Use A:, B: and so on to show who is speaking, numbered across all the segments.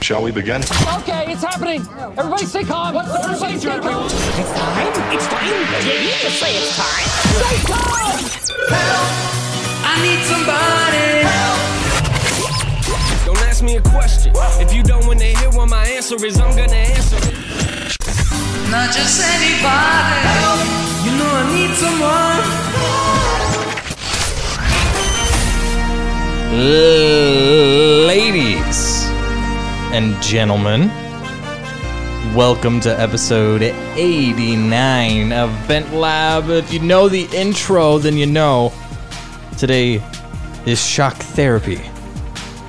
A: Shall we begin?
B: Okay, it's happening. Everybody stay calm. What's the procedure, everyone?
C: It's time. It's time. Do you need to say it's time?
B: Stay calm.
D: I need somebody.
E: Don't ask me a question. If you don't want to hear what my answer is, I'm gonna answer. it.
D: Not just anybody. You know I need someone.
F: Ladies and gentlemen, welcome to episode 89 of Vent Lab. If you know the intro, then you know today is shock therapy.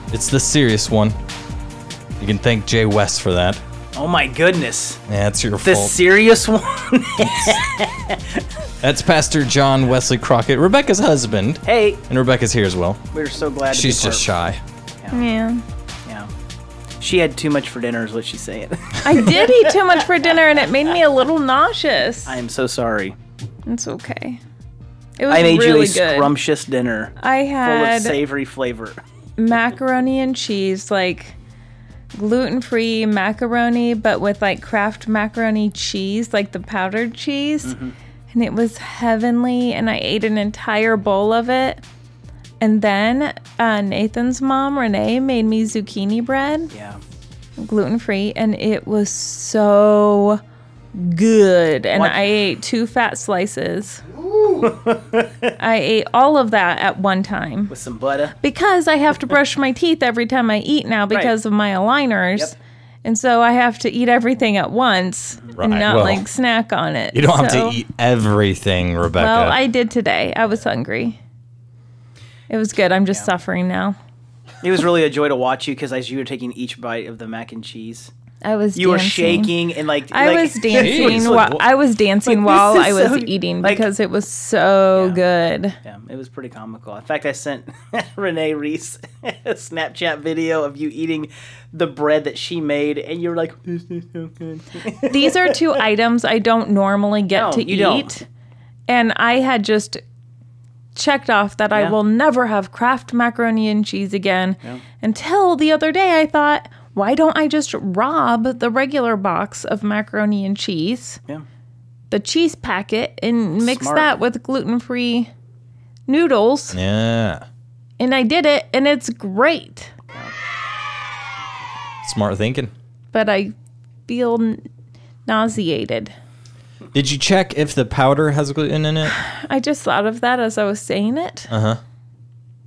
F: It's the serious one. You can thank Jay West for that.
C: Oh my goodness.
F: That's your
C: The
F: fault.
C: serious one.
F: That's Pastor John Wesley Crockett, Rebecca's husband,
C: hey,
F: and Rebecca's here as well.
C: we're so glad. To
F: She's
C: be
F: just
C: part-
F: shy.
G: Yeah.
C: Yeah. She had too much for dinner, is what she said.
G: I did eat too much for dinner and it made me a little nauseous.
C: I am so sorry.
G: It's okay. It was
C: I made
G: really
C: you a
G: good.
C: scrumptious dinner
G: I
C: full of
G: had
C: savory flavor.
G: macaroni and cheese, like gluten-free macaroni, but with like Kraft macaroni cheese, like the powdered cheese.
C: Mm-hmm.
G: And it was heavenly, and I ate an entire bowl of it. And then uh, Nathan's mom, Renee, made me zucchini bread.
C: Yeah.
G: gluten free, and it was so good. And
C: What?
G: I ate two fat slices. I ate all of that at one time
C: With some butter.
G: because I have to brush my teeth every time I eat now because of my aligners.
C: Yep.
G: And so I have to eat everything at once
F: Right,
G: and not
F: well,
G: like snack on it.
F: You don't have
G: So-
F: to eat everything, Rebecca.
G: Well, I did today. I was hungry. It was good. I'm just suffering now.
C: It was really a joy to watch you because as you were taking each bite of the mac and cheese,
G: I was
C: you were
G: dancing.
C: shaking and like
G: I
C: like-
G: was dancing.
F: Jeez.
G: While, I was dancing
C: Like,
G: while
C: this
G: I
C: is
G: was
C: so-
G: eating
C: like-
G: because it was so
C: Yeah.
G: good.
C: Yeah, it was pretty comical. In fact, I sent Renee Reese a Snapchat video of you eating the bread that she made, and you were like, "This is so good."
G: These are two items I don't normally get
C: No,
G: to
C: you
G: eat,
C: don't.
G: and I had just checked off that
C: Yeah.
G: I will never have Kraft macaroni and cheese again. Until the other day, I thought, why don't I just rob the regular box of macaroni and cheese,
C: Yeah.
G: the cheese packet, and mix
C: Smart.
G: that with gluten-free noodles?
F: yeah.
G: And I did it, and it's great.
F: Smart thinking.
G: but I feel n- nauseated.
F: Did you check if the powder has gluten in it?
G: I just thought of that as I was saying it.
F: Uh.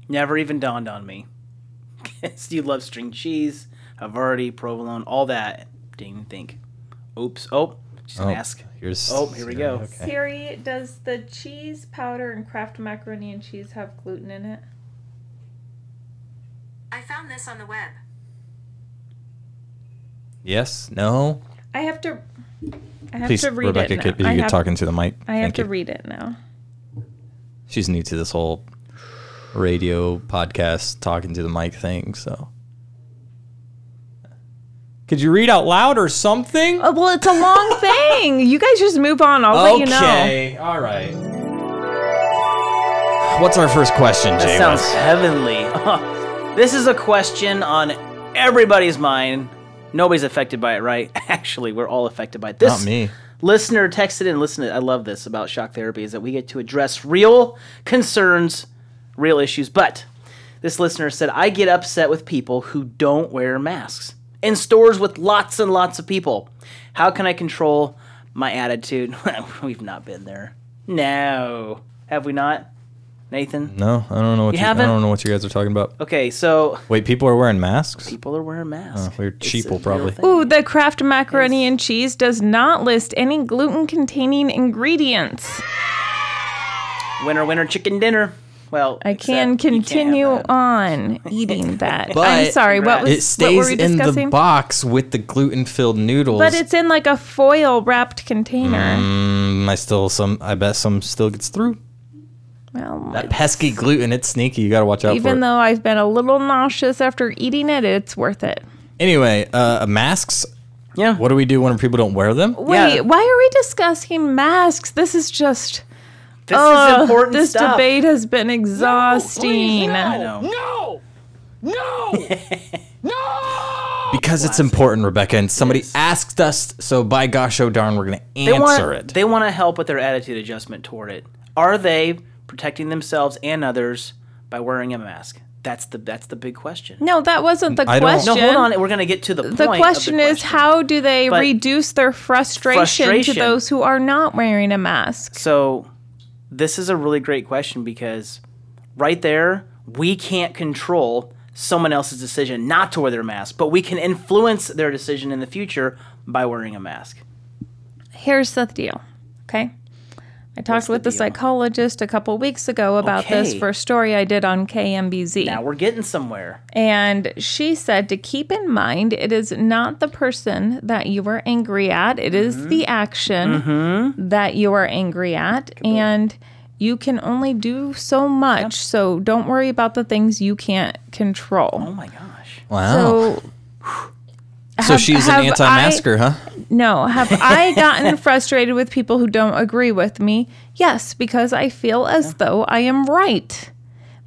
C: Never even dawned on me. 'Cause you love string cheese, Havarti, provolone, all that. Didn't even think. Oops. Oh, she's gonna
F: Oh,
C: ask.
F: Here's
C: Oh, here we go.
G: Siri, does the cheese powder and Kraft macaroni and cheese have gluten in it?
H: I found this on the web.
F: Yes. No.
G: I have to. I have
F: Please,
G: to read
F: Rebecca,
G: it now.
F: could you
G: I
F: could
G: have,
F: talking to the mic?
G: I have
F: Thank
G: to
F: you.
G: read it now.
F: She's new to this whole radio podcast talking to the mic thing. So, could you read out loud or something?
G: Oh, well, it's a long thing. You guys just move on. I'll let you know.
F: okay. All right. What's our first question,
C: That
F: Jay?
C: sounds
F: West?
C: heavenly. this is a question on everybody's mind. Nobody's affected by it, right? Actually, we're all affected by it. This
F: Not me.
C: listener texted in listen to, i love this about shock therapy is that we get to address real concerns real issues but this listener said i get upset with people who don't wear masks in stores with lots and lots of people how can i control my attitude we've not been there no have we not nathan
F: No, I don't know what you, I
C: haven't?
F: don't know what you guys are talking about.
C: okay so
F: Wait, people are wearing masks.
C: people are wearing masks
F: we're
C: It's
F: cheapo,
C: a real
F: probably.
C: thing.
G: Ooh, the Kraft macaroni and cheese does not list any gluten-containing ingredients.
C: winner winner chicken dinner well
G: I
C: except
G: can
C: you can't have
G: continue
C: that.
G: on eating that.
F: But
G: I'm sorry. What was
F: It
G: what were
F: stays
G: we
F: in the
G: discussing?
F: box with the gluten-filled noodles.
G: but it's in like a foil wrapped container.
F: Mm, I still some. I bet some still gets through.
G: Well,
F: That pesky gluten. It's sneaky. You gotta watch out for
G: even
F: it.
G: though I've been a little nauseous after eating it, it's worth it.
F: Anyway, uh, masks.
C: yeah
F: What do we do when people don't wear them?
G: Wait,
C: Yeah.
G: why are we discussing masks? This is just
C: this
G: Ugh,
C: is important
G: Oh, This
C: stuff.
G: debate has been exhausting.
C: I know.
B: No. No. no.
F: because it's important, Rebecca, and somebody
C: Yes.
F: asked us, so by gosh, oh darn, we're gonna
C: They
F: answer
C: want
F: it.
C: they want to help with their attitude adjustment toward it. Are they protecting themselves and others by wearing a mask? That's the that's the big question.
G: No, that wasn't the
F: I don't-
G: question.
C: No, hold on. We're gonna get to the,
G: The
C: point.
G: question
C: of the
G: is, how do they
C: But-
G: reduce their frustration,
C: Frustration.
G: to those who are not wearing a mask?
C: So this is a really great question because right there we can't control someone else's decision not to wear their mask, but we can influence their decision in the future by wearing a mask.
G: Here's the deal, okay? I talked
C: the
G: with the,
C: deal?
G: psychologist a couple weeks ago about this
C: Okay.
G: for a story I did on KMBZ.
C: Now we're getting somewhere.
G: And she said to keep in mind it is not the person that you are angry at, it is the action that you are angry at. And you can only do so much. So don't worry about the things you can't
C: Oh
G: control.
C: my gosh.
F: wow.
G: So,
F: So,
G: have-
F: she's
G: have
F: an
G: I-
F: anti-masker, huh?
G: no, have I gotten frustrated with people who don't agree with me? Yes, because I feel as though I am right.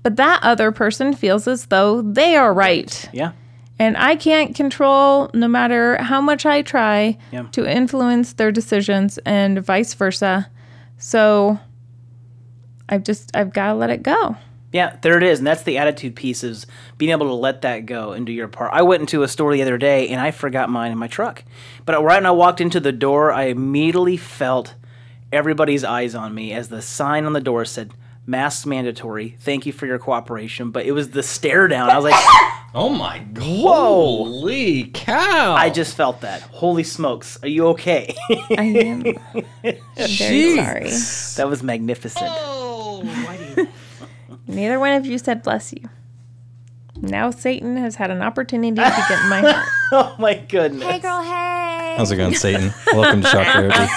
G: But that other person feels as though they are right.
C: Yeah.
G: And I can't control, no matter how much I try,
C: Yeah.
G: to influence their decisions and vice versa. So I've just, I've got to let it go.
C: Yeah, there it is, and that's the attitude piece is being able to let that go and do your part. I went into a store the other day and I forgot mine in my truck, but right when I walked into the door, I immediately felt everybody's eyes on me as the sign on the door said "Masks mandatory. Thank you for your cooperation." But it was the stare down. I was like,
F: Oh my god! Holy cow!
C: I just felt that. Holy smokes, are you okay?
G: I am very sorry.
C: that was magnificent.
F: Oh.
G: Neither one of you said bless you. Now Satan has had an opportunity to get in my heart.
C: Oh my goodness.
F: How's it going, Satan? Welcome to Shock Therapy.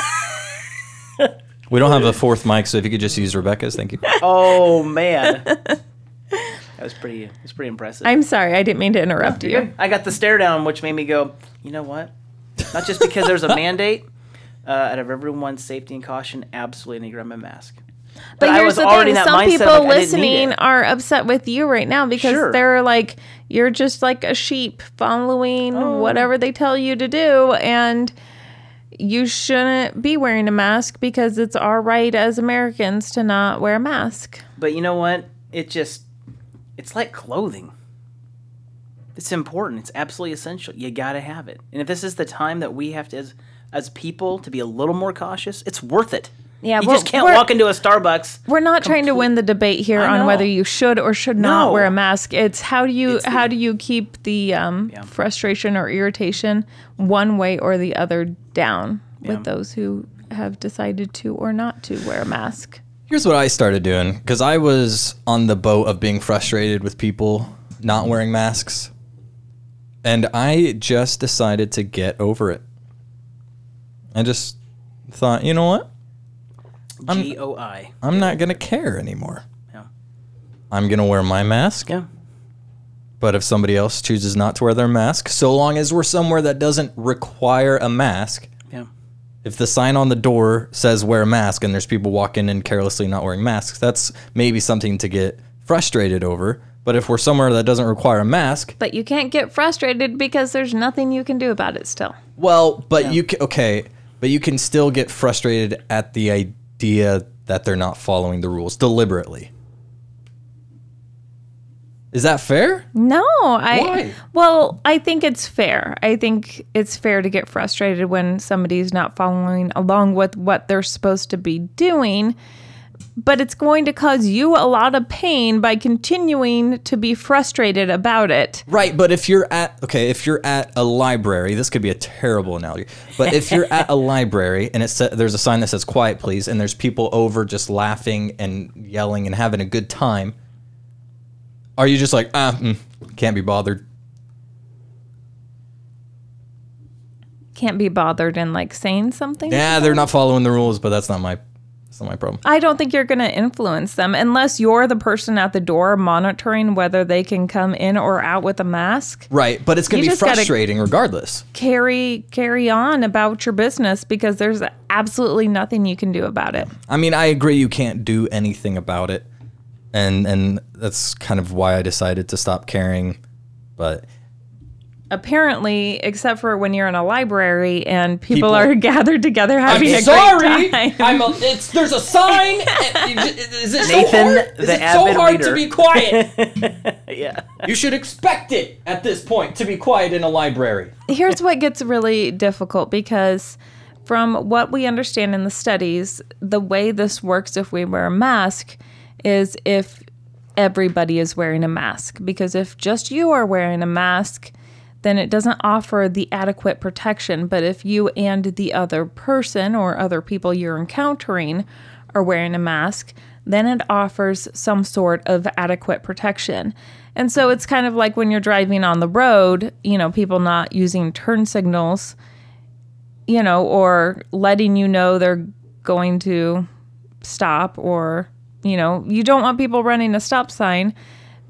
F: We don't have a fourth mic, so if you could just use Rebecca's, thank you.
C: Oh man, that was pretty. It was pretty impressive.
G: I'm sorry, I didn't mean to interrupt you.
C: I got the stare down, which made me go, you know what? Not just because there's a mandate uh, out of everyone's safety and caution, absolutely need to grab my mask.
G: But,
C: I
G: here's
C: was
G: the
C: already
G: thing:
C: in that
G: some
C: mindset,
G: people
C: like, I didn't need
G: listening
C: it.
G: are upset with you right now because
C: Sure.
G: they're like, "You're just like a sheep following
C: Oh.
G: whatever they tell you to do," and you shouldn't be wearing a mask because it's our right as Americans to not wear a mask.
C: But you know what? It just, it's like clothing. It's important. It's absolutely essential. You gotta have it. And if this is the time that we have to, as, as people, to be a little more cautious, it's worth it.
G: Yeah,
C: You just can't walk into a Starbucks.
G: We're not trying to win the debate here
C: I
G: on whether
C: know.
G: you should or should not
C: No.
G: wear a mask. It's how do you
C: It's the-
G: how do you keep the um, frustration or irritation one way or the other down with those who have decided to or not to wear a mask.
F: Here's what I started doing because I was on the boat of being frustrated with people not wearing masks. And I just decided to get over it. I just thought, you know what?
C: G O I.
F: I'm not going to care anymore.
C: Yeah.
F: I'm going to wear my mask.
C: Yeah.
F: But if somebody else chooses not to wear their mask, so long as we're somewhere that doesn't require a mask,
C: Yeah.
F: if the sign on the door says wear a mask and there's people walking in carelessly not wearing masks, that's maybe something to get frustrated over. But if we're somewhere that doesn't require a mask,
G: But you can't get frustrated because there's nothing you can do about it still.
F: well, but you can, okay, but you can still get frustrated at the idea that they're not following the rules deliberately. Is that fair?
G: No, I
F: Why?
G: well, I think it's fair. I think it's fair to get frustrated when somebody's not following along with what they're supposed to be doing, but it's going to cause you a lot of pain by continuing to be frustrated about it.
F: Right, but if you're at okay, if you're at a library, this could be a terrible analogy. But if you're at a library and it sa- there's a sign that says "Quiet, please," and there's people over just laughing and yelling and having a good time, are you just like ah, mm, can't be bothered?
G: Can't be bothered and like saying something.
F: Yeah, they're not following the rules, but that's not my that's not my problem.
G: I don't think you're going to influence them unless you're the person at the door monitoring whether they can come in or out with a mask.
F: Right, but it's gonna
G: You
F: be
G: just gotta-
F: frustrating regardless.
G: carry carry on about your business because there's absolutely nothing you can do about it.
F: I mean, I agree you can't do anything about it. And and that's kind of why I decided to stop caring. But
G: apparently, except for when you're in a library and people,
F: People-
G: are gathered together having a
F: Sorry,
G: great
F: I'm
G: time.
F: a, it's there's a sign. Is it
C: Nathan,
F: so hard? Is
C: the
F: it so
C: avid
F: hard to
C: reader.
F: be quiet?
C: Yeah.
F: you should expect it at this point to be quiet in a library.
G: Here's what gets really difficult because, from what we understand in the studies, the way this works if we wear a mask is if everybody is wearing a mask. Because if just you are wearing a mask, then it doesn't offer the adequate protection. But if you and the other person or other people you're encountering are wearing a mask, then it offers some sort of adequate protection. And so it's kind of like when you're driving on the road, you know, people not using turn signals, you know, or letting you know they're going to stop or, you know, you don't want people running a stop sign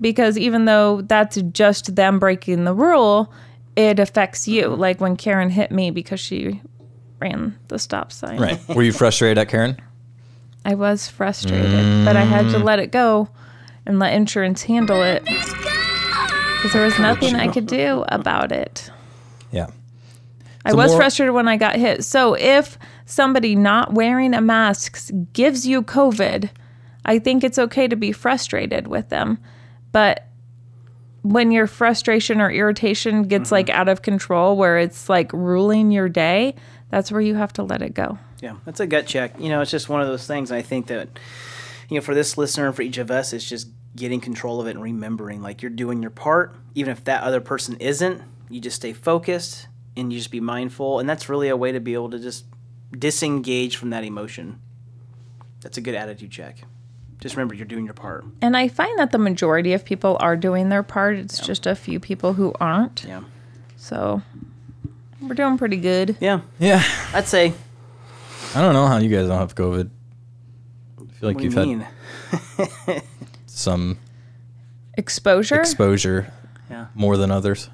G: because even though that's just them breaking the rule, it affects you. Like when Karen hit me because she ran the stop sign.
F: Right. Were you frustrated at Karen?
G: I was frustrated, but I had to let it go and let insurance handle it because there was nothing I could do about it.
F: Yeah.
G: I was
F: more-
G: frustrated when I got hit. So if somebody not wearing a mask gives you COVID, I think it's okay to be frustrated with them. But when your frustration or irritation gets like out of control where it's like ruling your day, that's where you have to let it go.
C: Yeah, that's a gut check. You know, it's just one of those things. I think that, you know, for this listener and for each of us, it's just getting control of it and remembering like you're doing your part. Even if that other person isn't, you just stay focused and you just be mindful. And that's really a way to be able to just disengage from that emotion. That's a good attitude check. Just remember you're doing your part.
G: And I find that the majority of people are doing their part. It's just a few people who aren't.
C: Yeah.
G: So we're doing pretty good.
C: Yeah,
F: Yeah.
C: I'd say.
F: I don't know how you guys don't have COVID. I feel like
C: What do you
F: you've
C: mean?
F: had some
G: Exposure.
F: exposure
C: Yeah.
F: more than others.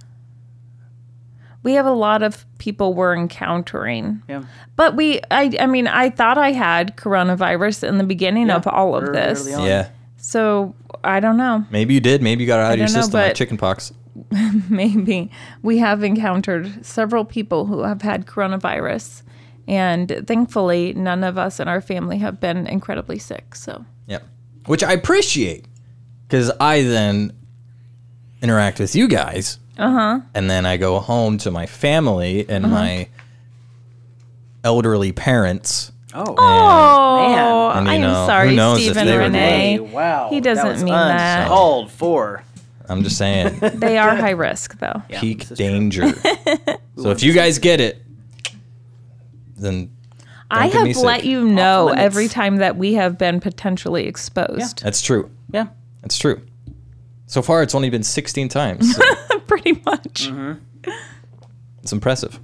G: we have a lot of people we're encountering.
C: Yeah.
G: But we I I mean, I thought I had coronavirus in the beginning
C: Yeah,
G: of all of
C: early-
G: this.
C: early on.
F: Yeah.
G: So I don't know.
F: Maybe you did. Maybe you got it out of your
G: don't know,
F: system like
G: but-
F: chickenpox.
G: Maybe we have encountered several people who have had coronavirus and thankfully none of us in our family have been incredibly sick. So
F: Yeah. Which I appreciate because I then interact with you guys. Uh
C: Uh-huh.
F: huh. And then I go home to my family and my elderly parents.
C: Oh.
G: Oh,
F: And, you
G: I am
F: know, who
G: sorry,
F: knows if
G: Stephen
F: they were
G: Renee.
C: Hey, wow.
G: He doesn't
C: was
G: mean that.
C: uncalled for.
F: I'm just saying,
G: They are high risk, though.
F: peak
C: this is true.
F: danger. so if you guys get it, then
G: I
F: get me
G: have let
F: sick.
G: you know
C: limits.
G: every time that we have been potentially exposed.
F: that's true.
C: Yeah.
F: That's true. So far, it's only been 16 times. so
G: Pretty much.
C: Mm-hmm.
F: it's impressive.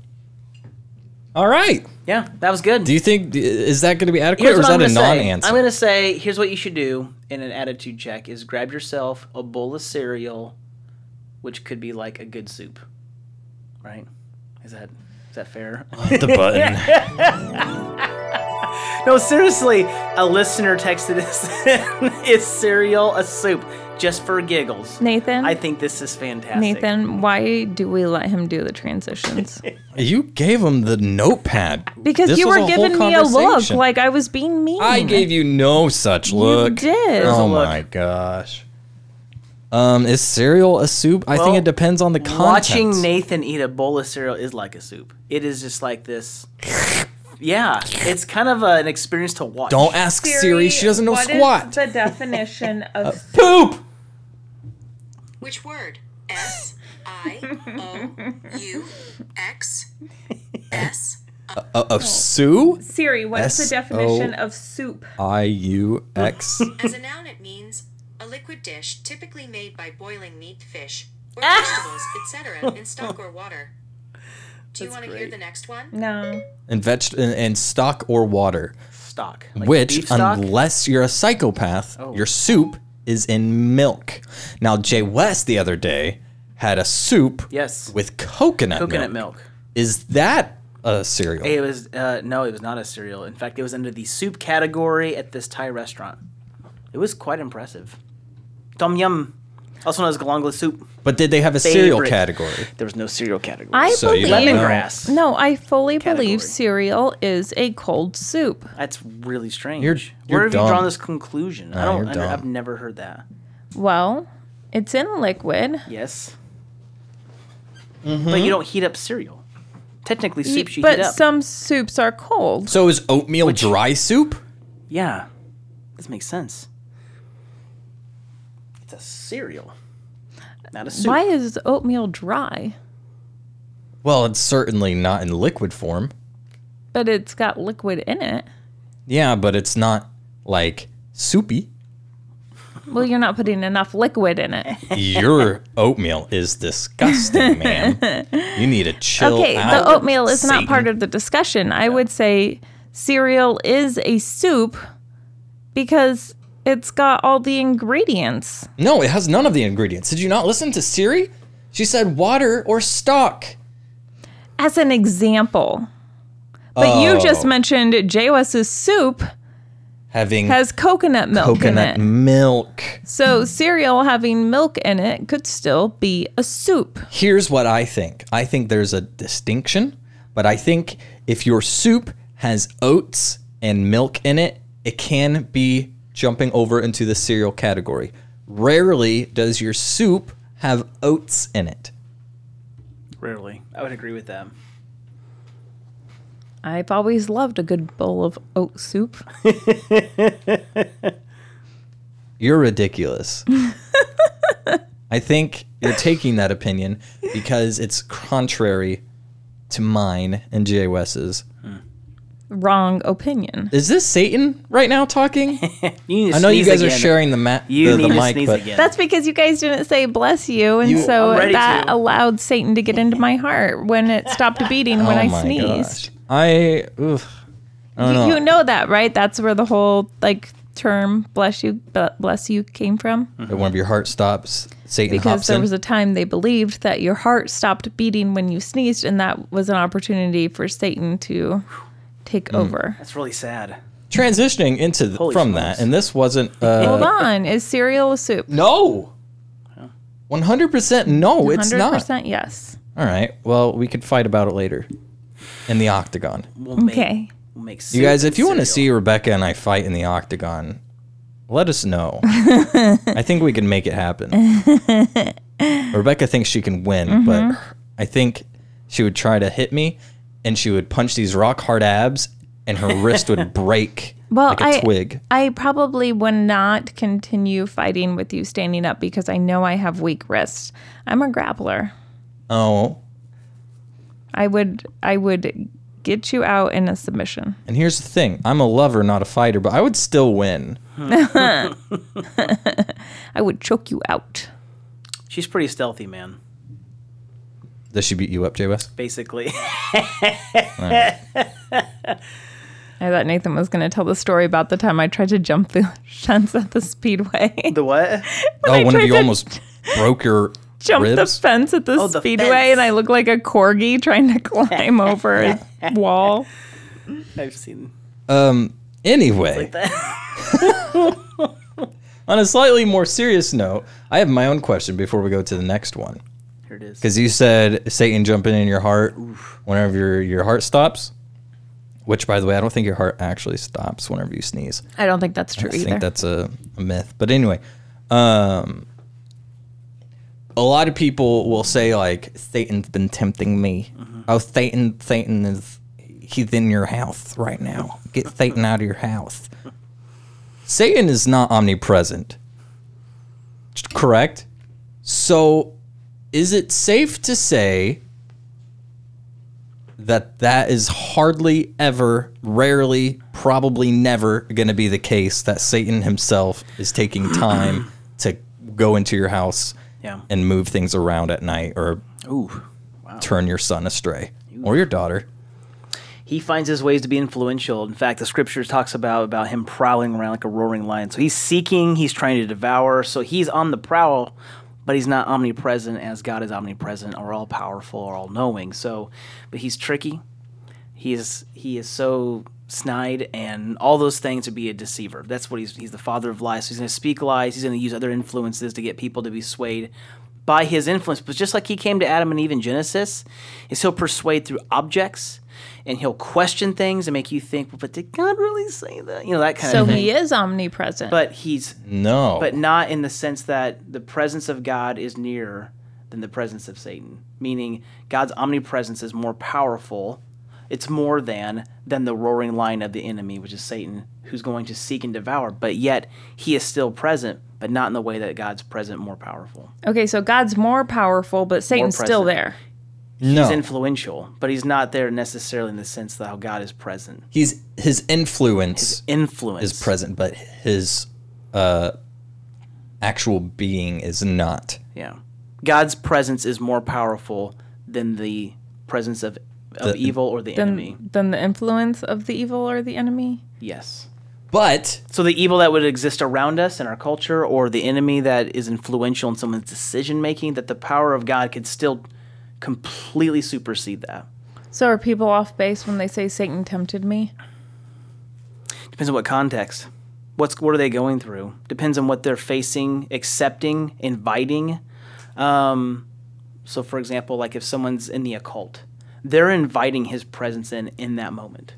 F: All right.
C: Yeah, that was good.
F: Do you think is that going to be adequate,
C: Here's
F: or is
C: what
F: that a
C: I'm gonna say.
F: non-answer?
C: I'm gonna say here's what you should do in an attitude check is grab yourself a bowl of cereal, which could be like a good soup. Right? Is that is that fair?
F: the button.
C: no, seriously, a listener texted us Is cereal a soup? Just for giggles.
G: Nathan?
C: I think this is fantastic.
G: Nathan, why do we let him do the transitions?
F: You gave him the notepad
G: Because
F: This
G: you
F: was
G: were
F: whole
G: giving me a look
F: conversation.
G: like I was being mean.
F: I gave you no such look.
G: did.
F: Oh
C: look.
F: my gosh. Um, is cereal a soup? I think
C: Well,
F: it depends on the content.
C: Watching Nathan eat a bowl of cereal is like a soup. It is just like this. Yeah, it's kind of an experience to watch.
F: Don't ask Siri. She doesn't know squat. Uh,
G: the definition of
F: Poop.
A: Which word? S I O U X S
F: Uh, of Sue.
G: Siri? What's
F: the definition
G: of soup?
F: I U X.
A: As a noun, it means a liquid dish typically made by boiling meat, fish, or vegetables, etc., in stock or water. Do you want to hear the next one?
G: No.
F: And veg and, and stock or water.
C: stock. Like beef
F: Which,
C: stock? Oh.
F: unless you're a psychopath, your soup is in milk. Now, Jay West the other day had a soup
C: yes,
F: with coconut,
C: coconut milk.
F: Is that a cereal?
C: It was uh, no, it was not a cereal. In fact, it was under the soup category at this Thai restaurant. It was quite impressive. Tom yum. Also known as Galangla soup.
F: But did they have a cereal
C: Favorite.
F: category?
C: There was no cereal category.
G: I
F: So you
G: believe
F: don't know.
C: Lemongrass.
G: No, I fully
C: Category.
G: believe cereal is a cold soup.
C: That's really strange.
F: You're- you're
C: Where have
F: dumb.
C: you drawn this conclusion? I
F: No,
C: don't.
F: you're
C: under-
F: dumb.
C: I've never heard that.
G: Well, it's in liquid.
C: Yes.
F: Mm-hmm.
C: But you don't heat up cereal. Technically,
G: Ye-
C: soups you heat
G: but
C: up.
G: some soups are cold.
F: So is oatmeal dry soup?
C: yeah, this makes sense. It's a cereal, not a soup.
G: Why is oatmeal dry?
F: Well, it's certainly not in liquid form.
G: But it's got liquid in it.
F: Yeah, but it's not like soupy.
G: Well, you're not putting enough liquid in it.
F: Your oatmeal is disgusting, man. You need to chill
G: Okay,
F: out.
G: the oatmeal is
F: Satan.
G: not part of the discussion. I would say cereal is a soup because it's got all the ingredients.
F: No, it has none of the ingredients. Did you not listen to Siri? She said water or stock.
G: As an example. But you just
F: Oh.
G: mentioned JOS's soup
F: Having
G: has coconut milk
F: coconut
G: in it.
F: milk.
G: So cereal having milk in it could still be a soup.
F: Here's what I think. I think there's a distinction, but I think if your soup has oats and milk in it, it can be jumping over into the cereal category. Rarely does your soup have oats in it.
C: Rarely, I would agree with that.
G: I've always loved a good bowl of oat soup.
F: You're ridiculous. I think you're taking that opinion because it's contrary to mine and Jay Wes's.
G: Wrong opinion.
F: Is this Satan right now talking?
C: You need to
F: I know you
C: sneeze
F: guys are
C: again.
F: sharing the, ma-
C: You
F: the,
C: need
F: the
C: to
F: mic,
C: sneeze
F: but
C: again.
G: That's because you guys didn't say bless you, and
F: You-
G: so
C: I'm ready
G: that
C: to.
G: allowed Satan to get into my heart when it stopped beating when
F: Oh
G: I
F: my
G: sneezed.
F: gosh. Oh, I oof. I don't
G: You,
F: know.
G: you know that, right? That's where the whole like term "bless you, b- bless you" came from,
C: Mm-hmm.
F: That one of your heart stops. Satan
G: because
F: hops
G: there
F: in.
G: was a time they believed that your heart stopped beating when you sneezed, and that was an opportunity for Satan to take
F: Mm.
G: over.
C: That's really sad.
F: Transitioning into th-
C: Holy
F: from
C: smokes.
F: that, and this wasn't. Uh,
G: Hold on, is cereal a soup?
F: no. One hundred percent. No, it's not.
G: 100% yes.
F: All right. Well, we could fight about it later, in the octagon.
C: We'll make,
G: Okay.
C: We'll make
F: You guys, if you want to
C: cereal.
F: see Rebecca and I fight in the octagon, let us know. I think we can make it happen. Rebecca thinks she can win, but
G: Mm-hmm.
F: I think she would try to hit me and she would punch these rock hard abs and her wrist would break
G: Well,
F: like a
G: I-
F: twig.
G: I probably would not continue fighting with you standing up because I know I have weak wrists. I'm a grappler.
F: Oh,
G: I would I would get you out in a submission.
F: and here's the thing I'm a lover, not a fighter, but I would still win.
G: I would choke you out.
C: She's pretty stealthy, man.
F: Does she beat you up, Jay West?
C: Basically,
G: I thought Nathan was going to tell the story about the time I tried to jump the fence at the speedway.
C: the what?
F: Oh,
G: I
F: one of
G: tried
F: you
G: to
F: almost broke your
G: Jump the
F: ribs.
G: fence at the
C: Oh, the
G: speedway,
C: fence.
G: and I look like a corgi trying to climb over a wall.
C: I've seen.
F: Anyway, on a slightly more serious note, I have my own question before we go to the next one.
C: Here it is.
F: Because you said Satan jumping in your heart whenever your, your heart stops, which, by the way, I don't think your heart actually stops whenever you sneeze.
G: I don't think that's true
F: I
G: either.
F: think that's a, a myth. But anyway, um, a lot of people will say like Satan's been tempting me. Oh, Satan, Satan is he's in your house right now. Get Satan out of your house. Satan is not omnipresent. Correct. So, is it safe to say that that is hardly ever, rarely, probably never going to be the case that Satan himself is taking time to go into your house
C: Yeah.
F: and move things around at night or
C: Ooh.
F: turn your son astray or your daughter.
C: he finds his ways to be influential. In fact, the scripture talks about about him prowling around like a roaring lion. So he's seeking, he's trying to devour. So he's on the prowl, but he's not omnipresent as God is omnipresent or all powerful or all knowing. So, but he's tricky. He is he is so snide and all those things to be a deceiver. That's what he's he's the father of lies. So he's going to speak lies. He's going to use other influences to get people to be swayed by his influence. But just like he came to Adam and Eve in Genesis, is he'll persuade through objects and he'll question things and make you think, well, but did God really say that? You know that kind
G: So
C: of thing.
G: he is omnipresent.
C: but he's
F: No.
C: but not in the sense that the presence of God is nearer than the presence of Satan. Meaning, God's omnipresence is more powerful. It's more than than the roaring lion of the enemy, which is Satan, who's going to seek and devour. But yet, he is still present, but not in the way that God's present, more powerful.
G: okay, so God's more powerful, but Satan's still
C: present.
G: there.
F: no.
C: He's influential, but he's not there necessarily in the sense that how God is present.
F: He's his influence
C: Influence
F: is present, but his uh actual being is not.
C: Yeah, God's presence is more powerful than the presence of of
F: The-
C: evil or the enemy.
G: Than, than the influence of the evil or the enemy.
C: Yes.
F: But
C: So the evil that would exist around us in our culture, or the enemy that is influential in someone's decision making, that the power of God could still completely supersede that.
G: So are people off base when they say Satan tempted me?
C: Depends on what context. What's what are they going through? Depends on what they're facing, accepting, inviting. Um, so, for example, like if someone's in the occult, they're inviting his presence in in that moment.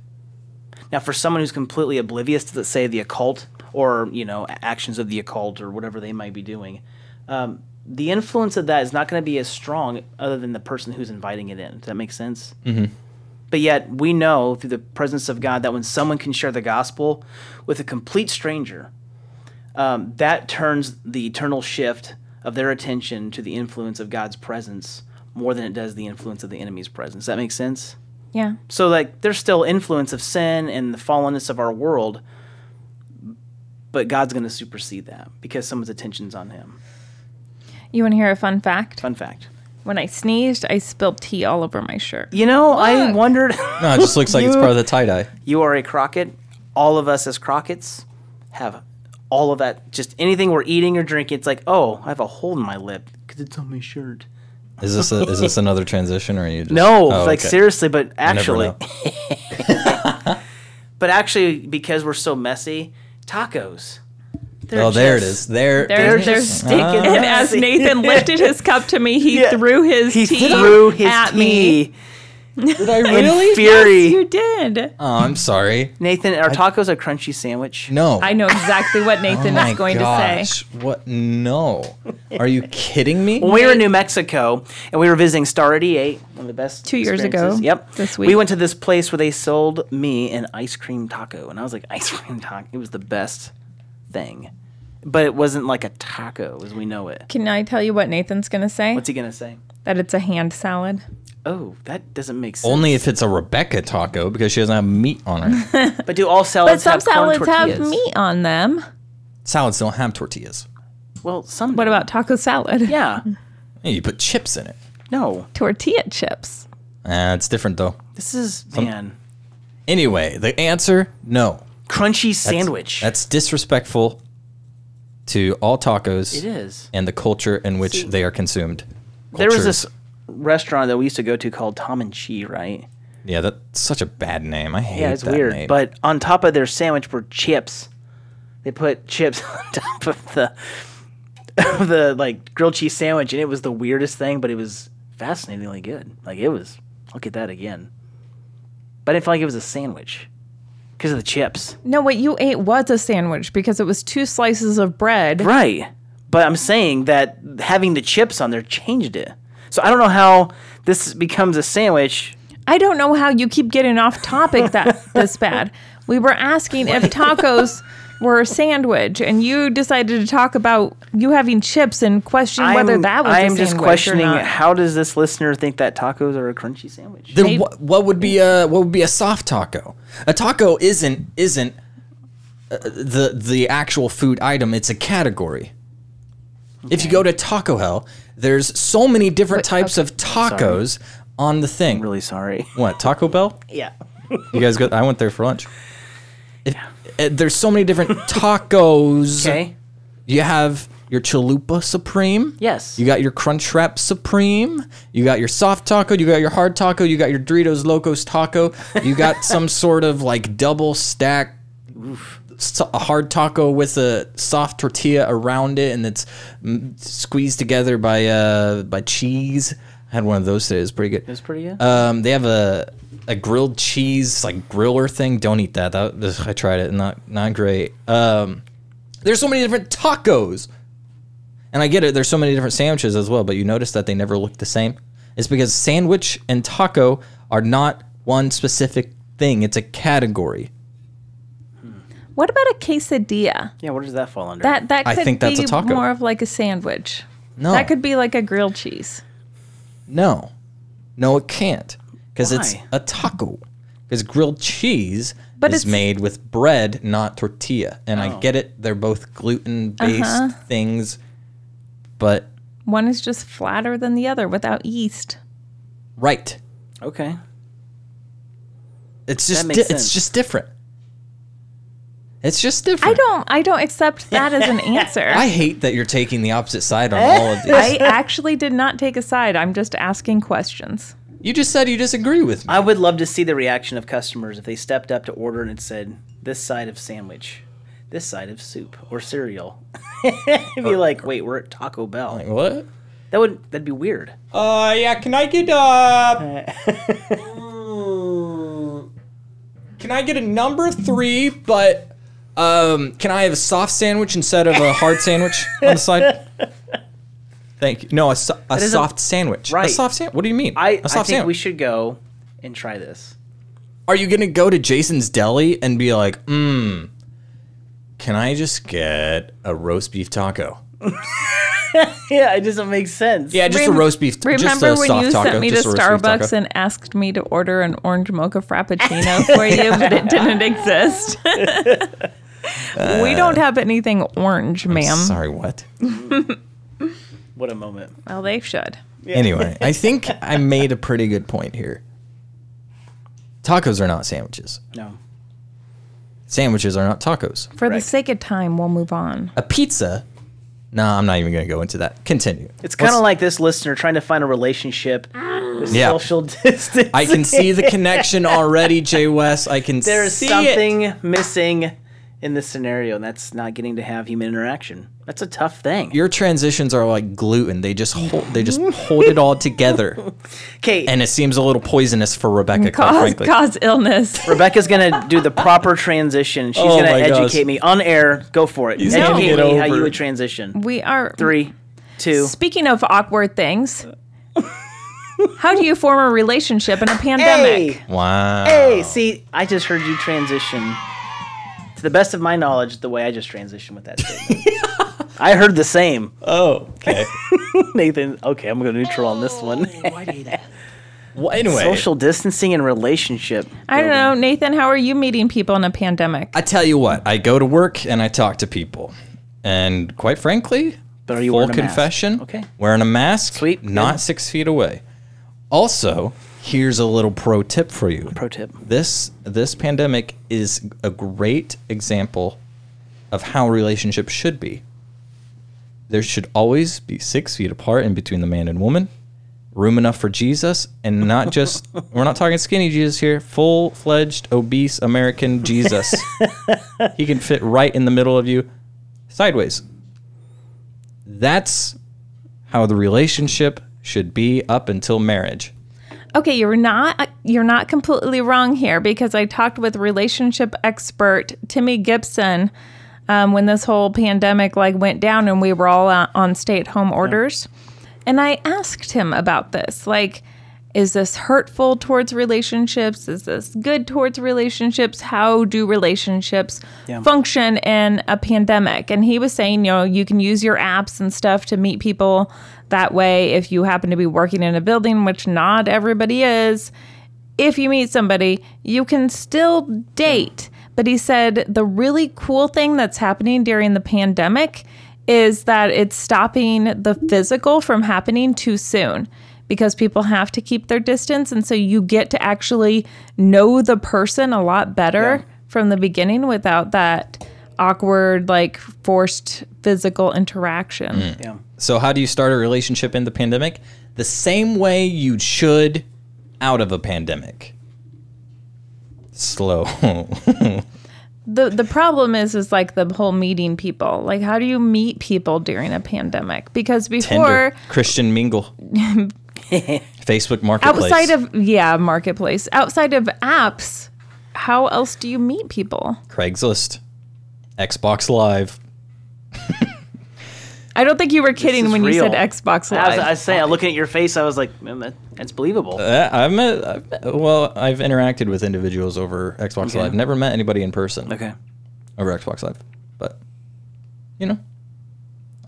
C: Now, for someone who's completely oblivious to, let's say, the occult or you know a- actions of the occult or whatever they might be doing, um, the influence of that is not going to be as strong other than the person who's inviting it in. Does that make sense? But yet, we know through the presence of God that when someone can share the gospel with a complete stranger, um, that turns the eternal shift of their attention to the influence of God's presence more than it does the influence of the enemy's presence. Does that make sense?
G: Yeah.
C: So, like, there's still influence of sin and the fallenness of our world, but God's going to supersede that because someone's attention's on Him.
G: You want to hear a fun fact?
C: Fun fact.
G: When I sneezed, I spilled tea all over my shirt.
C: You know, I wondered.
F: no, it just looks like it's part of the tie dye.
C: you are a Crockett. All of us as Crockett's have all of that. Just anything we're eating or drinking, it's like, oh, I have a hole in my lip because it's on my shirt.
F: Is this a, is this another transition or are you just
C: No,
F: Oh,
C: like
F: okay.
C: seriously, but
F: You never
C: actually,
F: know.
C: but actually, because we're so messy, tacos. They're
F: Oh, there it
C: just-
F: is. There,
G: There-
C: They're
G: They're
C: just stinking.
G: And as
C: messy.
G: Nathan lifted his cup to me, he
C: Yeah.
G: threw his
C: he
G: tea
C: threw his
G: at me.
C: tea
F: Did I
C: in
F: really?
C: fury.
G: You did.
C: Uh.
F: Oh, I'm sorry.
C: Nathan, are tacos a crunchy sandwich?
F: No. Oh
G: I know exactly
C: Oh
G: what Nathan is going to say.
F: What? No. Are you kidding me?
C: When we were in New Mexico and we were visiting Star 88, one of the best
G: Two years ago,
C: experiences. Yep.
G: this
C: We
G: week.
C: went to this place where they sold me an ice cream taco. And I was like, ice cream taco. It was the best thing. But it wasn't like a taco as we know it.
G: Can I tell you what Nathan's going to say?
C: What's he going to say?
G: that it's a hand salad.
C: Oh, that doesn't make sense.
F: Only if it's a Rebecca taco because she doesn't have meat on her.
C: But do all
G: But
C: salads
G: some
C: have corn
G: salads have
C: tortillas?
G: meat on them.
F: Salads don't have tortillas.
C: Well, some.
G: What about taco salad?
C: Yeah.
F: Yeah, you put chips in it.
C: No.
G: Tortilla chips.
F: Uh, it's different though.
C: This is, man,
F: Anyway, the answer no.
C: crunchy sandwich.
F: That's disrespectful to all tacos
C: it is.
F: and the culture in which they are consumed.
C: There was
F: Cultures.
C: this restaurant that we used to go to called Tom and Chi, right?
F: Yeah, that's such a bad name. I hate
C: Yeah, it's
F: that
C: weird.
F: name.
C: But on top of their sandwich were chips. They put chips on top of the of the like grilled cheese sandwich, and it was the weirdest thing, but it was fascinatingly good. Like it was. I'll get that again. But I didn't feel like it was a sandwich because of the chips.
G: No, what you ate was a sandwich because it was two slices of bread.
C: Right. But I'm saying that having the chips on there changed it. So I don't know how this becomes a sandwich.
G: I don't know how you keep getting off topic that this bad. We were asking if tacos were a sandwich, and you decided to talk about you having chips and question whether that was. a
C: I'm just
G: sandwich or
C: questioning
G: not.
C: how does this listener think that tacos are a crunchy sandwich?
F: Then what, what would be a what would be a soft taco? A taco isn't isn't uh, the the actual food item. It's a category. If you go to Taco Hell, there's so many different types of tacos on the thing.
C: really sorry.
F: What Taco Bell?
C: Yeah.
F: You guys go. I went there for lunch. eh, If, uh, there's so many different tacos.
C: Okay.
F: You have your Chalupa Supreme.
C: Yes.
F: You got your Crunch Wrap Supreme. You got your soft taco. You got your hard taco. You got your Doritos Locos taco. You got some sort of like double stack so- a hard taco with a soft tortilla around it, and it's mm, squeezed together by uh by cheese. I had one of those today. It was pretty good.
C: That's pretty good.
F: Um, they have a a grilled cheese like griller thing. Don't eat that. That ugh, I tried it. Not not great. Um, there's so many different tacos, and I get it. There's so many different sandwiches as well. But you notice that they never look the same. It's because sandwich and taco are not one specific thing. It's a category.
G: What about a quesadilla?
C: yeah, where does that fall under?
G: That that
F: I
G: could
F: think
G: be
F: that's a taco. Oh.
G: more of like a sandwich.
F: No,
G: That could be like a grilled cheese.
F: No, no, it can't because it's
C: Why?
F: a taco. Because grilled cheese
G: But
F: is
G: it's- Oh.
F: made with bread, not tortilla. And I get it; they're both gluten-based
G: Uh-huh.
F: things, but
G: One is just flatter than the other without yeast.
F: right,
C: okay.
F: it's just
C: makes
F: di- it's
C: sense.
F: just different. It's just different.
G: I don't I don't accept that as an answer.
F: I hate that you're taking the opposite side on all of these.
G: I actually did not take a side. I'm just asking questions.
F: You just said you disagree with me.
C: I would love to see the reaction of customers if they stepped up to order and it said, "This side of sandwich, this side of soup or cereal." It'd be like, "Wait, we're at Taco Bell."
F: What?
C: That would that'd be weird.
F: Uh, yeah. Can I get uh? can I get a number three? But um, can I have a soft sandwich instead of a hard sandwich on the side? Thank you. No, a, so- a
C: is a-
F: soft sandwich. A
C: Right.
F: soft sandwich. What do you mean?
C: I, I
F: a
C: think
F: soft sandwich.
C: we should go and try this.
F: Are you gonna go to Jason's Deli and be like, mm, Can I just get a roast beef taco?
C: Yeah, it doesn't make sense.
F: Yeah, just
G: Rem-
F: a roast beef. just
G: Remember
F: a
G: when
F: soft
G: you
F: taco,
G: sent me to
F: just a roast beef taco.
G: Starbucks and asked me to order an orange mocha frappuccino for you, but it didn't exist? we don't have anything orange, ma'am.
F: Uh, Sorry, what?
C: What a moment.
G: Well, they should.
F: Anyway, I think I made a pretty good point here. Tacos are not sandwiches.
C: No.
F: Sandwiches are not tacos.
G: For
C: Correct.
G: the sake of time, we'll move on.
F: A pizza. No, I'm not even going to go into that. Continue.
C: It's kind of
F: What's-
C: like this listener trying to find a relationship with
F: Yeah.
C: social distance.
F: I can see the connection already, Jay West. I can
C: there is
F: see it.
C: something missing in this scenario, and that's not getting to have human interaction. That's a tough thing.
F: Your transitions are like gluten. They just hold, they just hold it all together,
C: Okay,
F: and it seems a little poisonous for Rebecca. Quite
G: Cause,
F: frankly,
G: cause illness.
C: Rebecca's gonna do the proper transition. She's
F: Oh
C: gonna
F: my gosh.
C: educate me on air. Go for it.
F: He's
G: gonna
C: educate
F: get
C: me how
F: over
C: you
F: it.
C: would transition.
G: We are
C: Three, two.
G: Speaking of awkward things, how do you form a relationship in a pandemic?
C: Hey,
F: wow.
C: hey. See, I just heard you transition. To the best of my knowledge, the way I just transitioned with that statement. I heard the same.
F: Oh, okay.
C: Nathan, okay, I'm gonna neutral on this one.
F: well, anyway,
C: Social distancing and relationship.
G: I don't know, Nathan. How are you meeting people in a pandemic?
F: I tell you what, I go to work and I talk to people, and quite frankly,
C: But are you
F: full
C: wearing a mask?
F: confession.
C: Okay.
F: Wearing a mask.
C: Sweet,
F: Not
C: good.
F: six feet away. Also, here's a little pro tip for you.
C: Pro tip.
F: This this pandemic is a great example of how relationships should be. There should always be six feet apart in between the man and woman, room enough for Jesus, and not just we're not talking skinny Jesus here, full fledged obese American Jesus. he can fit right in the middle of you, sideways. That's how the relationship should be up until marriage.
G: Okay, you're not uh, you're not completely wrong here because I talked with relationship expert Timmy Gibson um, when this whole pandemic like went down and we were all on, on stay-at-home orders, and I asked him about this like. Is this hurtful towards relationships? Is this good towards relationships? How do relationships function in a pandemic? And he was saying, you know, you can use your apps and stuff to meet people that way if you happen to be working in a building, which not everybody is. If you meet somebody, you can still date. But he said the really cool thing that's happening during the pandemic is that it's stopping the physical from happening too soon because people have to keep their distance. And so you get to actually know the person a lot better from the beginning without that awkward, like forced physical interaction.
C: Yeah.
F: So, how do you start a relationship in the pandemic? The same way you should out of a pandemic. Slow.
G: the The problem is, is like the whole meeting people. Like, how do you meet people during a pandemic? Because before.
F: Tinder. Christian Mingle. Facebook Marketplace.
G: outside of yeah marketplace outside of apps how else do you meet people
F: Craigslist. Xbox Live.
G: i don't think you were kidding
C: is
G: when you said
C: real.
G: xbox
C: I was,
G: live
C: I was saying, looking at your face, I was like, man, that, that's believable.
F: Uh, I've met, I've met- well, I've interacted with individuals over Xbox Live. Never met anybody in person
C: okay.
F: over Xbox Live, but you know,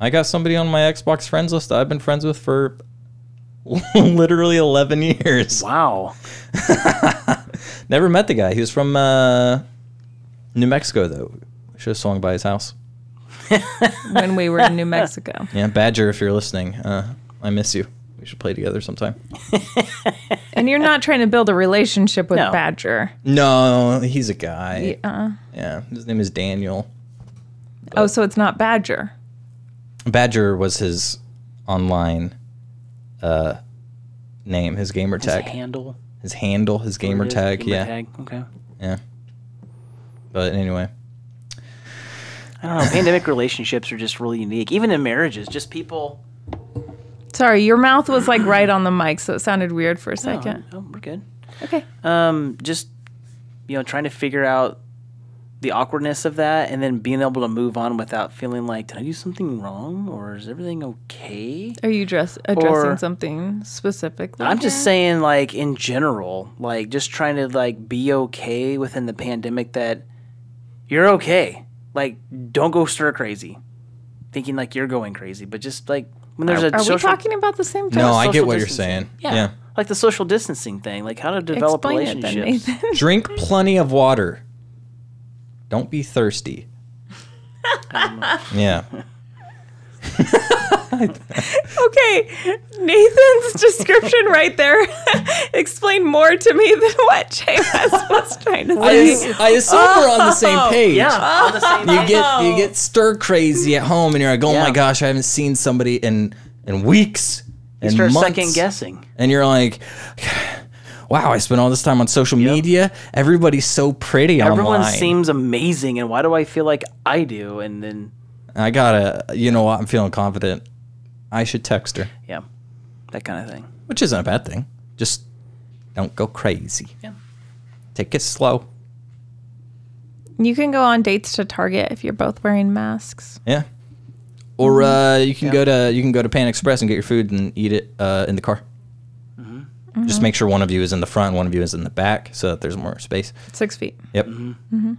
F: I got somebody on my Xbox friends list that I've been friends with for literally eleven years.
C: Wow.
F: Never met the guy. He was from uh, New Mexico though. Should have swung by his house.
G: when we were in new mexico
F: Yeah, Badger, if you're listening, uh, I miss you. We should play together sometime.
G: and you're not trying to build a relationship with
C: No.
G: badger
F: No, he's a guy. Yeah. his name is Daniel.
G: oh so it's not badger
F: Badger was his online uh, name, his gamer tag, his,
C: Handle.
F: handle, his gamer tag. yeah,
C: Tag. Okay.
F: yeah. But anyway,
C: I don't know. Oh, Pandemic relationships are just really unique. Even in marriages, just people.
G: sorry your mouth was like right on the mic so it sounded weird for a
C: Oh,
G: second
C: no, we're good.
G: okay
C: Um, just you know, trying to figure out the awkwardness of that, and then being able to move on without feeling like, did I do something wrong, or is everything okay?
G: are you dress- addressing
C: Or-
G: something specifically
C: I'm just saying, like in general, like just trying to like be okay within the pandemic that you're okay. Like, don't go stir crazy, thinking like you're going crazy, but just like when there's a
G: are we
C: social,
G: talking about the same thing
F: no, I get
C: social
F: what you're
C: distancing.
F: saying.
C: Yeah. like the social distancing thing, like how to develop
G: explain it then
C: relationships.
G: nathan
F: drink plenty of water. Don't be thirsty. yeah,
G: Okay, Nathan's description right there explained more to me than what JMS was trying to
F: I,
G: say.
F: I assume we're on the same page.
C: Oh, yeah, on the same
F: You get you get stir crazy at home, and you're like, oh my
C: Yeah.
F: gosh, I haven't seen somebody in in weeks. and
C: start
F: months.
C: second guessing.
F: and you're like, wow, I spent all this time on social media. Everybody's so pretty
C: Everyone
F: online.
C: seems amazing, and why do I feel like I do? And then,
F: I gotta, you know what? I'm feeling confident. I should text her,
C: yeah, that kind of thing.
F: which isn't a bad thing. Just don't go crazy.
C: Yeah.
F: Take it slow.
G: You can go on dates to Target if you're both wearing masks.
F: Yeah. Or
C: Mm-hmm.
F: uh, you can go to you can go to Pan Express and get your food and eat it uh, in the car.
C: Mm-hmm.
F: Just make sure one of you is in the front, and one of you is in the back, so that there's more space.
G: Six feet.
F: Yep.
C: Mm-hmm.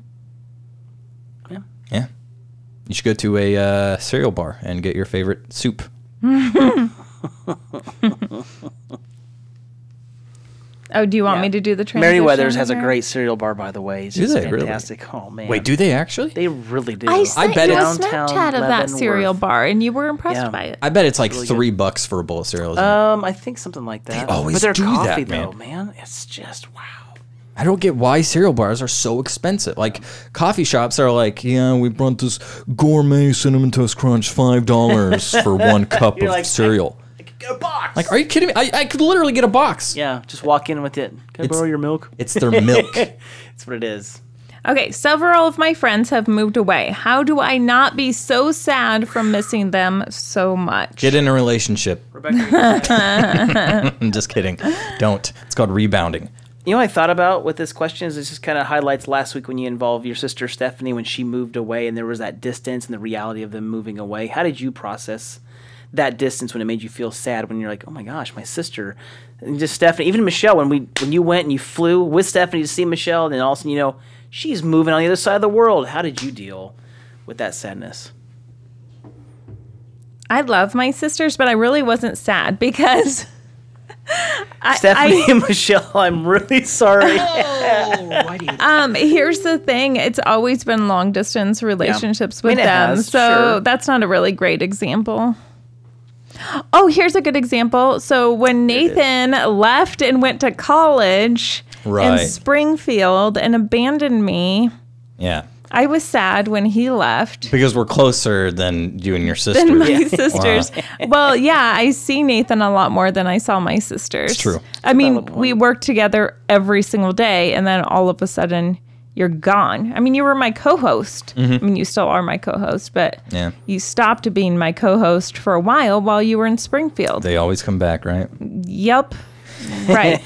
C: Yeah.
F: Yeah. You should go to a uh, cereal bar and get your favorite soup.
G: Oh, do you want me to do the transition?
C: Mary Weathers has a
G: here?
C: great cereal bar, by the way. It's
F: Do
C: just
F: they really?
C: fantastic. Oh man,
F: Wait, do they actually?
C: they really do?
G: I sent
F: bet
G: you a
F: it's-
G: Snapchat of that
C: Leavenworth.
G: cereal bar, and you were impressed
C: Yeah.
G: by it.
F: I bet it's like three bucks for a bowl of cereal. isn't it?
C: Um, I think something like that.
F: always
C: but their
F: do that,
C: coffee
F: man.
C: though, man. It's just wow.
F: I don't get why cereal bars are so expensive. Like coffee shops are like, yeah, we brought this gourmet cinnamon toast crunch five dollars for one cup of
C: like,
F: cereal.
C: Get a box.
F: Like, are you kidding me? I, I could literally get a box.
C: yeah, just walk in with it. Can I borrow your milk?
F: It's their milk.
C: That's what it is.
G: Okay, several of my friends have moved away. How do I not be so sad from missing them so much?
F: Get in a relationship.
C: Rebecca,
F: I'm just kidding. Don't. It's called rebounding.
C: you know what I thought about with this question is it just kind of highlights last week when you involve your sister Stephanie when she moved away and there was that distance and the reality of them moving away. How did you process that distance when it made you feel sad when you're like, oh my gosh, my sister, and just Stephanie, even Michelle when we when you went and you flew with Stephanie to see Michelle, and then all of a sudden you know she's moving on the other side of the world. How did you deal with that sadness?
G: I love my sisters, but I really wasn't sad because. I-
C: Stephanie
G: I,
C: and Michelle, I'm really sorry.
G: Um, here's the thing: it's always been long distance relationships
C: I mean,
G: with
C: it
G: them,
C: has,
G: so
C: sure.
G: that's not a really great example. Oh, here's a good example. So when Nathan left and went to college
F: Right.
G: in Springfield and abandoned me,
F: Yeah.
G: I was sad when he left.
F: Because we're closer than you and your sister.
G: than my sisters. Well, yeah, I see Nathan a lot more than I saw my sisters. It's
F: true.
G: I mean, we worked together every single day, and then all of a sudden, you're gone. I mean, you were my co-host. I mean, you still are my co-host, but
F: Mm-hmm. Yeah.
G: you stopped being my co-host for a while while you were in Springfield.
F: They always come back, right?
G: Yep. Right.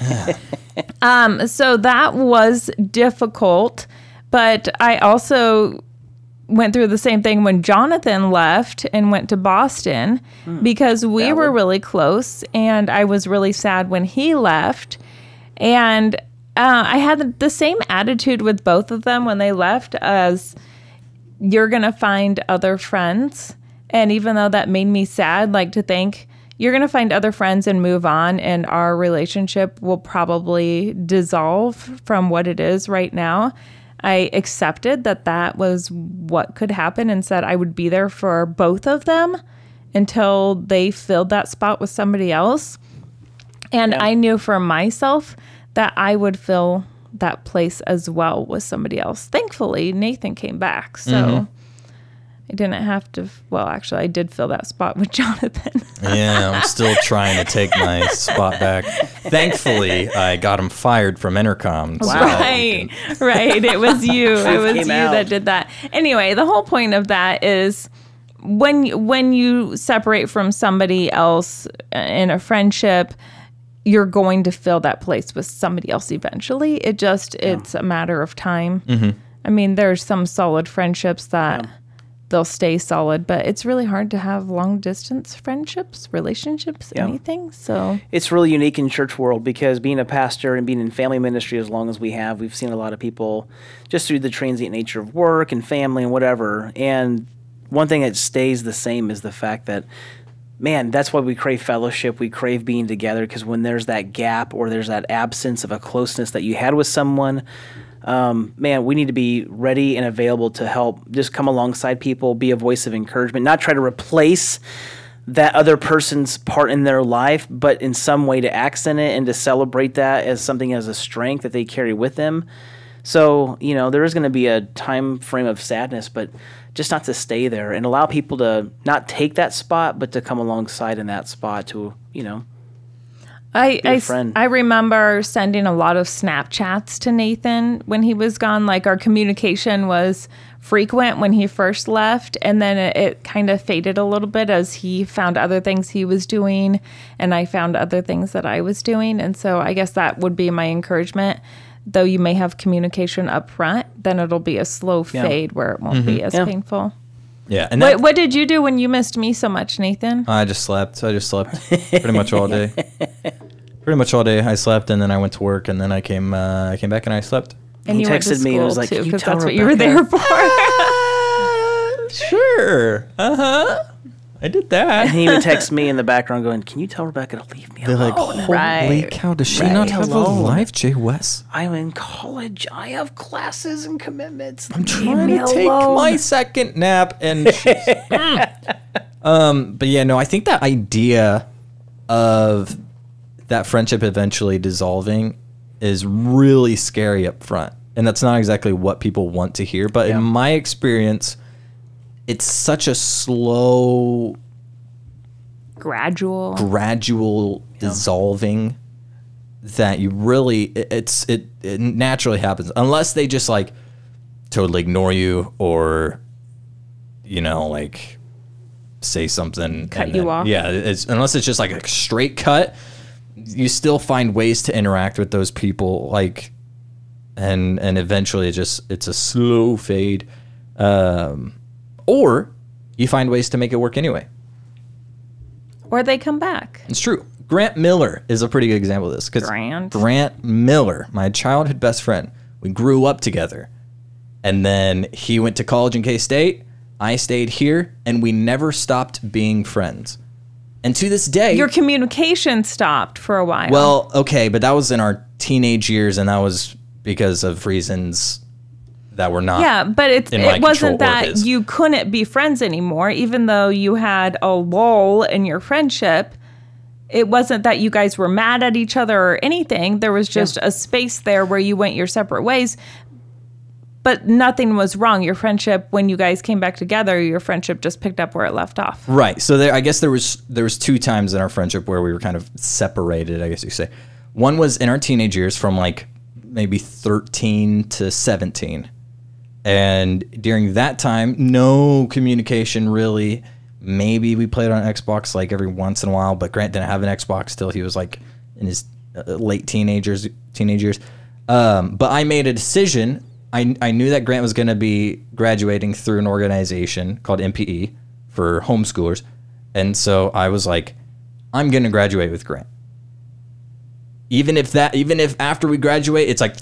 G: um, so that was difficult, but I also went through the same thing when Jonathan left and went to Boston because we were really close and I was really sad when he left. And uh, I had the same attitude with both of them when they left as you're going to find other friends. And even though that made me sad, like to think you're going to find other friends and move on, and our relationship will probably dissolve from what it is right now. I accepted that that was what could happen and said I would be there for both of them until they filled that spot with somebody else. And I knew for myself that I would fill that place as well with somebody else. Thankfully, Nathan came back. So I didn't have to, well, actually, I did fill that spot with Jonathan.
F: Yeah, I'm still trying to take my spot back. Thankfully, I got him fired from Intercom. so-
G: Right, right. It was you. It was
C: came
G: you
C: out.
G: that did that. Anyway, the whole point of that is when when you separate from somebody else uh, in a friendship, you're going to fill that place with somebody else eventually. It just it's a matter of time. I mean, there's some solid friendships that. They'll stay solid, but it's really hard to have long distance friendships, relationships, anything. So,
C: it's really unique in church world because being a pastor and being in family ministry as long as we have, we've seen a lot of people just through the transient nature of work and family and whatever. And one thing that stays the same is the fact that man, that's why we crave fellowship. We crave being together because when there's that gap or there's that absence of a closeness that you had with someone, um, man, we need to be ready and available to help. Just come alongside people, be a voice of encouragement, not try to replace that other person's part in their life, but in some way to accent it and to celebrate that as something as a strength that they carry with them. So, you know, there is going to be a time frame of sadness, but just not to stay there and allow people to not take that spot, but to come alongside in that spot to, you know,
G: I, I,
C: a
G: s-
C: friend.
G: I remember sending a lot of Snapchats to Nathan when he was gone. Like our communication was frequent when he first left, and then it, it kind of faded a little bit as he found other things he was doing, and I found other things that I was doing. And so I guess that would be my encouragement. Though you may have communication up front, then it'll be a slow fade where it won't
C: Mm-hmm.
G: be as painful.
F: Yeah, and
G: What,
F: that,
G: what did you do when you missed me so much, Nathan?
C: Uh,
F: I just slept. I just slept pretty much all day. Pretty much all day I slept, and then I went to work, and then I came. Uh, I came back and I slept.
G: and
C: he
G: you went to
C: texted me and was
G: school,
C: like, "Can you
G: because
C: tell
G: that's what you were there
C: Rebecca?"
G: for.
F: Sure. Uh huh. I did that.
C: he would text me in the background going, Can you tell Rebecca to leave me alone?
F: Like, holy
G: right,
F: cow! Does she not have a life, Jay West?
C: I'm in college. I have classes and commitments.
F: I'm trying to take my second nap and Mm. um but yeah no I think that idea of that friendship eventually dissolving is really scary up front and that's not exactly what people want to hear but in my experience it's such a slow
G: gradual.
F: gradual dissolving that you really it, it's it, it naturally happens unless they just like totally ignore you or you know like say something cut
G: you off.
F: yeah it's unless it's just like a straight cut you still find ways to interact with those people like and and eventually it just it's a slow fade um or you find ways to make it work anyway
G: or they come back.
F: it's true. Grant Miller is a pretty good example of this because
G: Grant.
F: Miller, my childhood best friend, we grew up together, and then he went to college in K State. I stayed here, and we never stopped being friends. And to this day,
G: Your communication stopped for a while.
F: well, okay, but that was in our teenage years, and that was because of reasons that were not.
G: yeah, but it's,
F: in my
G: it wasn't
F: control or
G: that
F: his.
G: you couldn't be friends anymore, even though you had a lull in your friendship. It wasn't that you guys were mad at each other or anything. There was just a space there where you went your separate ways. but nothing was wrong. Your friendship, when you guys came back together, your friendship just picked up where it left off.
F: Right. So there, I guess there was there was two times in our friendship where we were kind of separated. I guess you say. One was in our teenage years, from like maybe thirteen to seventeen, and during that time, no communication really. Maybe we played on Xbox like every once in a while, but Grant didn't have an Xbox till he was like in his uh, late teenagers, teenage years. Um, but I made a decision. I, I knew that Grant was going to be graduating through an organization called MPE for homeschoolers. And so I was like, I'm going to graduate with Grant. Even if that, even if after we graduate, it's like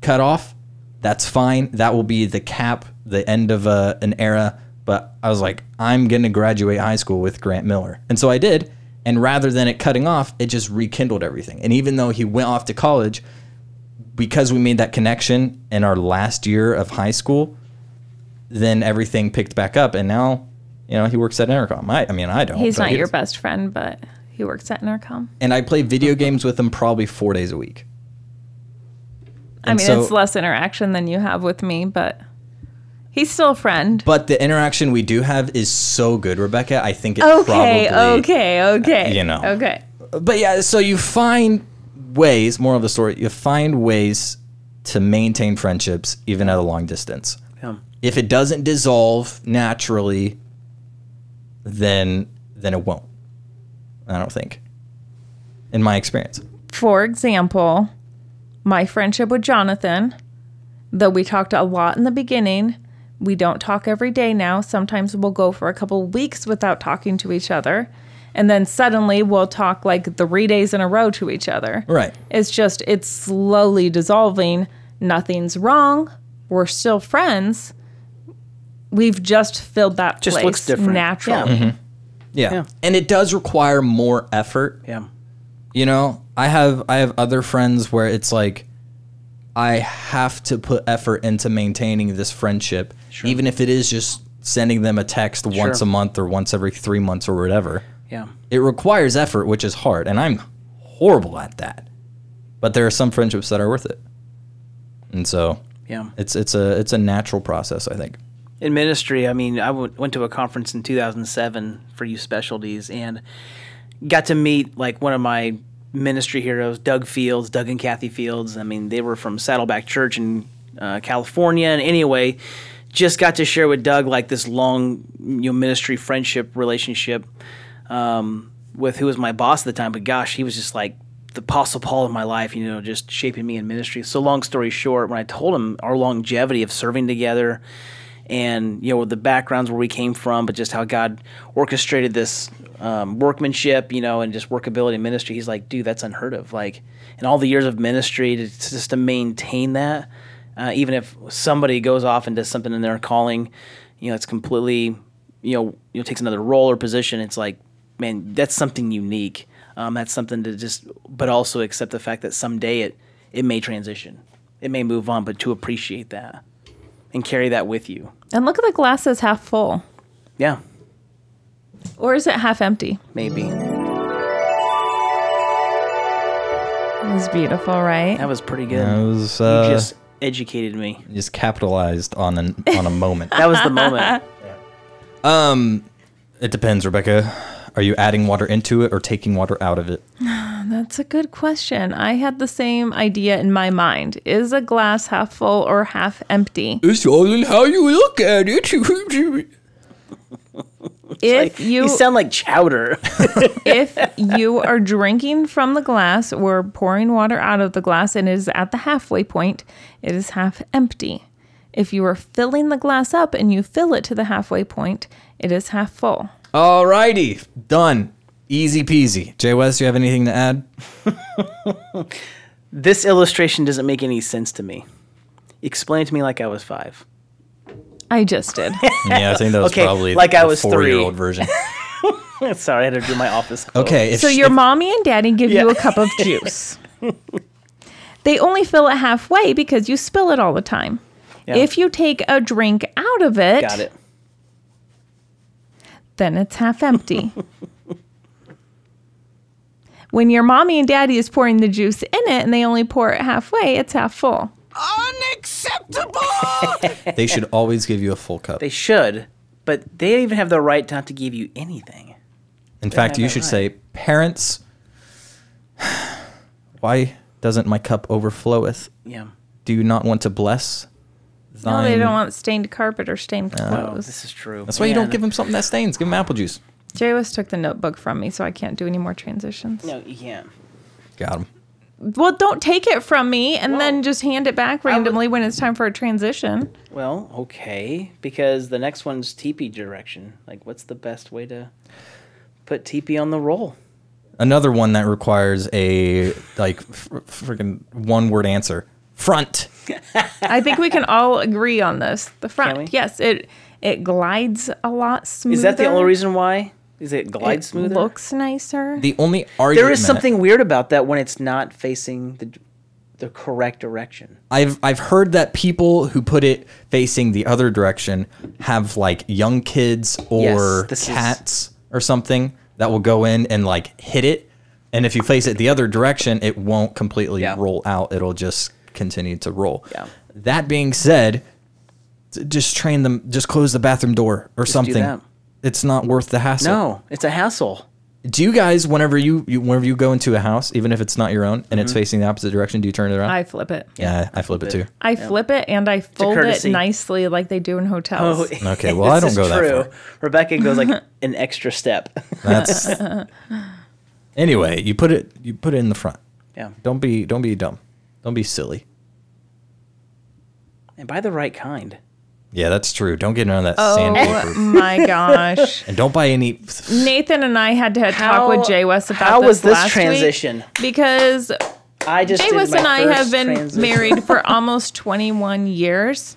F: cut off, that's fine. That will be the cap, the end of uh, an era. But I was like, I'm going to graduate high school with Grant Miller. And so I did. And rather than it cutting off, it just rekindled everything. And even though he went off to college, because we made that connection in our last year of high school, then everything picked back up. And now, you know, he works at Intercom. I, I mean, I don't.
G: He's
F: but
G: not
F: he
G: your
F: does.
G: best friend, but he works at Intercom.
F: And I play
G: Mm-hmm.
F: video games with him probably four days a week.
G: I
F: And
G: mean,
F: so-
G: it's less interaction than you have with me, but he's still a friend.
F: But the interaction we do have is so good, Rebecca. I think it
G: Okay,
F: probably. uh,
G: okay, okay.
F: you know.
G: Okay.
F: But yeah, so you find ways. Moral of the story: you find ways to maintain friendships even at a long distance.
C: Yeah.
F: if it doesn't dissolve naturally, then then it won't. I don't think. In my experience.
G: For example, my friendship with Jonathan, though we talked a lot in the beginning, we don't talk every day now. Sometimes we'll go for a couple weeks without talking to each other. And then suddenly we'll talk like three days in a row to each other.
F: Right.
G: It's just, it's slowly dissolving. Nothing's wrong. We're still friends. We've just filled that
C: Just
G: place
C: looks different.
G: naturally.
C: Yeah.
F: Yeah.
C: Yeah.
F: And it does require more effort.
C: Yeah.
F: You know, I have I have other friends where it's like I have to put effort into maintaining this friendship. Even if it is just sending them a text once a month or once every three months or whatever.
C: Yeah.
F: it requires effort, which is hard, and I'm horrible at that. But there are some friendships that are worth it, and so
C: Yeah.
F: it's it's a it's a natural process, I think.
C: in ministry, I mean, I w- went to a conference in 2007 for youth specialties and got to meet like one of my ministry heroes, Doug Fields, Doug and Kathy Fields. I mean, they were from Saddleback Church in uh, California. And anyway, just got to share with Doug like this long you know, ministry friendship relationship um, with who was my boss at the time. But gosh, he was just like the apostle Paul of my life, you know, just shaping me in ministry. So long story short, when I told him our longevity of serving together and you know the backgrounds where we came from, but just how God orchestrated this um, workmanship, you know, and just workability in ministry. He's like, dude, that's unheard of. Like, in all the years of ministry, to, just to maintain that, uh, even if somebody goes off and does something in their calling, you know, it's completely, you know, you know, takes another role or position. It's like, man, that's something unique. Um, that's something to just, but also accept the fact that someday it it may transition, it may move on, but to appreciate that and carry that with you.
G: And look at the glasses half full.
C: Yeah,
G: Or is it half empty?
C: maybe.
G: It was beautiful, right?
C: That was pretty good.
F: It was
C: you
F: uh,
C: just
F: just
C: educated me.
F: just capitalized on an on a moment.
C: That was the moment.
F: Um, it depends, Rebecca. Are you adding water into it or taking water out of it?
G: That's a good question. I had the same idea in my mind. Is a glass half full or half empty?
F: It's all in how you look at it.
G: If
C: You
G: you
C: sound like chowder.
G: if you are drinking from the glass or pouring water out of the glass and it is at the halfway point, it is half empty. If you are filling the glass up and you fill it to the halfway point, it is half full.
F: Alrighty, done. Easy peasy. Jay West, you have anything to add?
C: this illustration doesn't make any sense to me. Explain to me like I was five.
G: I just did.
F: Yeah, I think that was
C: Okay,
F: probably
C: like
F: the
C: I was three.
F: four-year-old version.
C: Sorry, I had to do my office. clothes.
F: Okay, if,
G: So your
F: if-
G: mommy and daddy give you a cup of juice. they only fill it halfway because you spill it all the time.
C: Yeah.
G: If you take a drink out of it,
C: got it.
G: then it's half empty. when your mommy and daddy is pouring the juice in it and they only pour it halfway, it's half full.
D: Unacceptable!
F: acceptable. they should always give you a full cup.
C: They should, but they don't even have the right not to give you anything.
F: In fact, you should say, parents, why doesn't my cup overfloweth?
C: Yeah.
F: Do you not want to bless?
G: No, they
F: thine-"
G: don't want stained carpet or stained
C: Oh,
G: clothes.
C: this is true.
F: That's why you
C: Man.
F: don't give them something that stains. Give them apple juice.
G: Jay West took the notebook from me, so I can't do any more transitions.
C: No, you can't.
F: Got them.
G: Well, don't take it from me and then just hand it back randomly when it's time for a transition.
C: Well, okay, because the next one's teepee direction. Like, what's the best way to put teepee on the roll?
F: Another one that requires a like f- freaking one word answer. Front.
G: I think we can all agree on this. The
C: Can we?
G: front, yes, it it glides a lot smoother.
C: Is that the only reason why? Is it glide
G: It
C: smoother?
G: looks nicer.
F: The only argument
C: there is something weird about that when it's not facing the the correct direction.
F: I've I've heard that people who put it facing the other direction have like young kids or
C: this is-
F: cats or something that will go in and like hit it, and if you face it the other direction, it won't completely
C: Yeah.
F: roll out. It'll just continue to roll.
C: Yeah.
F: That being said, t- just train them. Just close the bathroom door or something.
C: that.
F: It's not worth the hassle.
C: No, it's a hassle.
F: Do you guys, whenever you, you whenever you go into a house, even if it's not your own and it's facing the opposite direction, do you turn it around?
G: I flip it.
F: yeah, I flip it too.
G: I flip it and I fold it
C: courtesy. Oh,
G: nicely like they do in hotels.
F: Okay, well, I
C: This
F: don't
C: is
F: go that far.
C: Rebecca goes like an extra step.
F: That's anyway. You put it. You put it in the front.
C: yeah,
F: Don't be. Don't be dumb. Don't be silly.
C: and buy the right kind.
F: Yeah, that's true. Don't get none of that
G: Oh
F: sandpaper.
G: my gosh.
F: And don't buy any.
G: Nathan and I had to have
C: How-
G: talk with Jay West about
C: how
G: this
C: was this
G: last week
C: transition?
G: because
C: I just did
G: Davis
C: my
G: and I
C: first
G: have been
C: transition.
G: married for almost 21 years.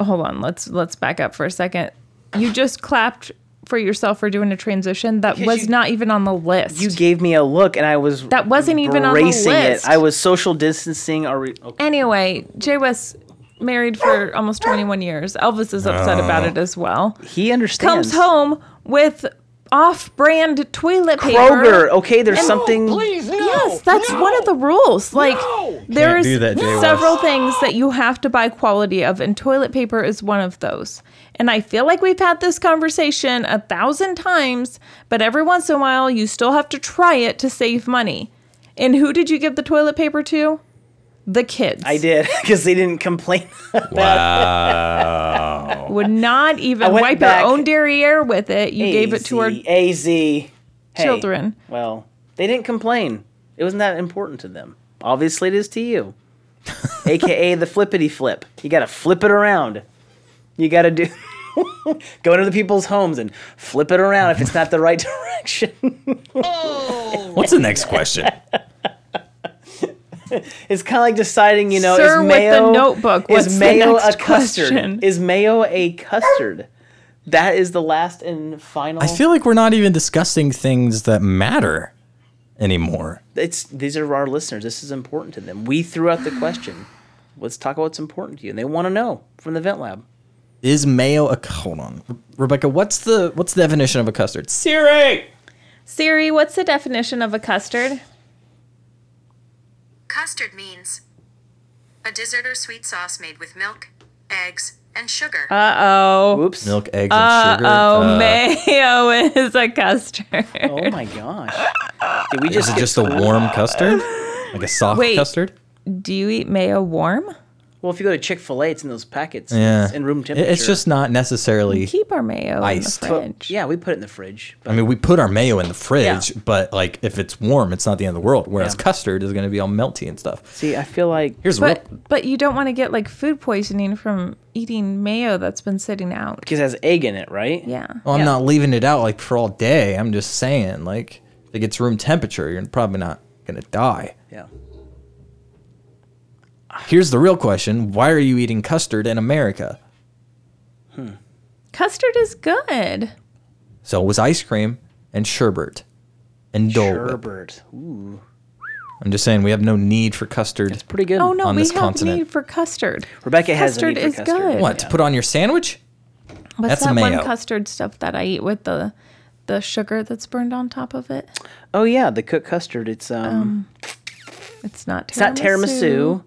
G: Hold on, let's let's back up for a second. You just clapped for yourself for doing a transition that was
C: you-
G: not even on the list.
C: You gave me a look, and I was
G: that wasn't even on the list.
C: bracing it. I was social distancing. Or re- okay.
G: anyway, Jay West married for almost 21 years. Elvis is upset about it as well.
C: He understands.
G: Comes home with off-brand toilet paper.
C: Kroger. Oh, Okay, there's something.
G: oh,
B: Please, no.
G: Yes, that's one of the rules. Like there
F: Can't
G: is
F: do that, Jay
G: several things that you have to buy quality of, and toilet paper is one of those. And I feel like we've had this conversation a thousand times, but every once in a while you still have to try it to save money. And who did you give the toilet paper to? The kids.
C: I did because they didn't complain.
G: would not even
C: went
G: wipe
C: back-
G: your own derriere with it. You gave it to our
C: AZ. Hey,
G: children.
C: well, they didn't complain. It wasn't that important to them. Obviously, it is to you. AKA the flippity flip. You got to flip it around. You got to do. Go into the people's homes and flip it around if it's not the right direction.
F: What's the next question?
C: It's kind of like deciding, you know,
G: Sir
C: is
G: with the
C: mayo
G: notebook, what's
C: is
G: the
C: mayo
G: next
C: a custard?
G: question?
C: Is mayo a custard? That is the last and final.
F: I feel like we're not even discussing things that matter anymore.
C: it's these are our listeners. This is important to them. We threw out the question. Let's talk about what's important to you, and they want to know from the Vent Lab.
F: Is mayo a hold on, Rebecca? What's the what's the definition of a custard?
G: Siri, what's the definition of a custard?
A: Custard means a dessert or sweet sauce made with milk, eggs, and sugar.
G: Uh-oh.
C: Oops!
F: Milk, eggs, and sugar.
G: Oh,
F: Uh,
G: mayo is a custard.
C: Oh my gosh! Did we
F: Is
C: just
F: it just a warm custard, like a soft
G: Wait.
F: custard?
G: Do you eat mayo warm?
C: well? If you go to Chick Fil A, it's in those packets.
F: Yeah,
C: It's in room
F: It-
C: temperature.
F: It's just not necessarily.
G: Keep our mayo
F: Iced.
G: in the
C: But-
G: fridge.
C: yeah, we put it in the fridge. But
F: I mean, we put our mayo in the fridge, but like if it's warm, it's not the end of the world. Whereas
C: Yeah.
F: custard is going to be all melty and stuff.
C: see, I feel like
F: Here's the real,
G: But but you don't want to get like food poisoning from eating mayo that's been sitting out.
C: because it has egg in it, right?
G: Yeah.
F: well, I'm not leaving it out like for all day. I'm just saying, like, if it gets room temperature, you're probably not going to die.
C: Yeah.
F: Here's the real question: Why are you eating custard in America?
G: Custard is good.
F: So it was ice cream and sherbet and Dole Whip.
C: Sherbert. Ooh,
F: I'm just saying we have no need for custard.
C: it's pretty good.
G: Oh no,
F: On
G: we
F: this
G: have
F: continent.
G: need for custard.
C: Rebecca has a
G: Custard
C: need for
G: is
C: custard.
G: good.
F: What to put on your sandwich?
G: What's
F: That's
G: that
F: mayo.
G: one custard stuff that I eat with the the sugar that's burned on top of it?
C: Oh yeah, the cooked custard. It's um,
G: It's not tiramisu.
C: it's not tiramisu.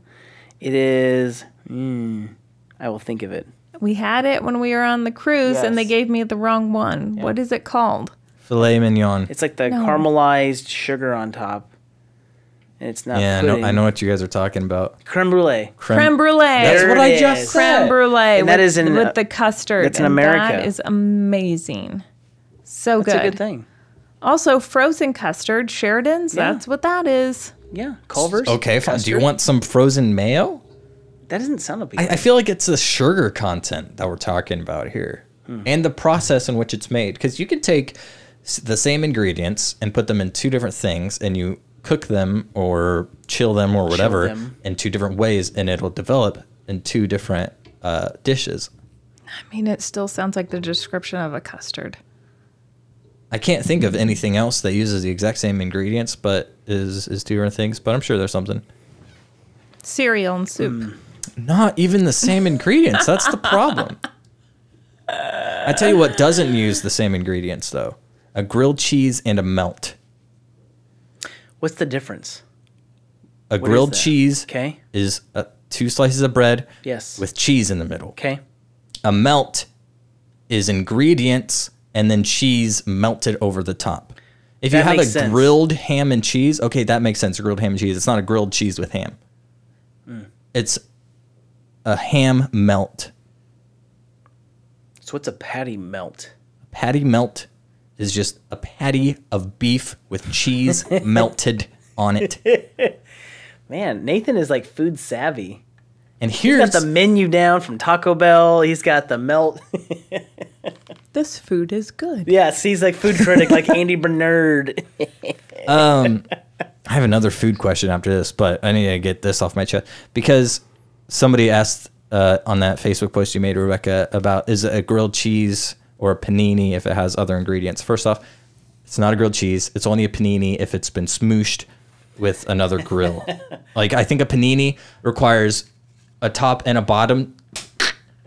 C: It is mm, I will think of it.
G: We had it when we were on the cruise, and they
C: Yes.
G: gave me the wrong one. What is it called?
F: Filet mignon.
C: It's like the
G: No.
C: caramelized sugar on top. And it's not
F: Yeah, I know,
C: pudding.
F: I know what you guys are talking about.
C: Creme brulee.
G: Creme brulee.
F: That's
C: There
F: what
C: it
F: I just
C: is.
F: said.
G: creme brulee.
C: And that
G: with,
C: is in, uh,
G: with the custard.
C: that's in
G: and
C: America.
G: That is amazing. So
C: That's
G: good.
C: a good thing.
G: Also, frozen custard, Sheridan's.
C: Yeah.
G: That's what that is.
C: Yeah. Culver's.
F: Okay, fine. Do you
C: Custard?
F: want some frozen mayo?
C: That doesn't sound appealing.
F: I, I feel like it's the sugar content that we're talking about here
C: Hmm.
F: and the process in which it's made. Because you can take s- the same ingredients and put them in two different things and you cook them or chill them or whatever
C: them.
F: in two different ways and it'll develop in two different uh, dishes.
G: I mean, it still sounds like the description of a custard.
F: I can't think of anything else that uses the exact same ingredients but is is two different things, but I'm sure there's something.
G: Cereal and soup.
C: Mm.
F: Not even the same ingredients. That's the problem. I tell you what doesn't use the same ingredients though. A grilled cheese and a melt.
C: What's the difference?
F: A
C: is
F: grilled
C: that?
F: cheese
C: Okay.
F: is uh, two slices of bread
C: Yes.
F: with cheese in the middle.
C: okay.
F: A melt is ingredients and then cheese melted over the top. If you
C: That
F: have a
C: makes sense.
F: grilled ham and cheese, okay, that makes sense. Grilled ham and cheese. It's not a grilled cheese with ham.
C: Hmm.
F: It's a ham melt.
C: So what's a patty melt?
F: patty melt is just a patty of beef with cheese melted on it.
C: Man, Nathan is like food savvy.
F: And
C: He's
F: here's
C: got the menu down from Taco Bell. He's got the melt.
G: This food is good.
C: yes, he's like food critic, like Andy Bernard.
F: I have another food question after this, but I need to get this off my chest because somebody asked uh, on that Facebook post you made, Rebecca, about is it a grilled cheese or a panini if it has other ingredients. First off, it's not a grilled cheese. It's only a panini if it's been smooshed with another grill. like I think a panini requires a top and a bottom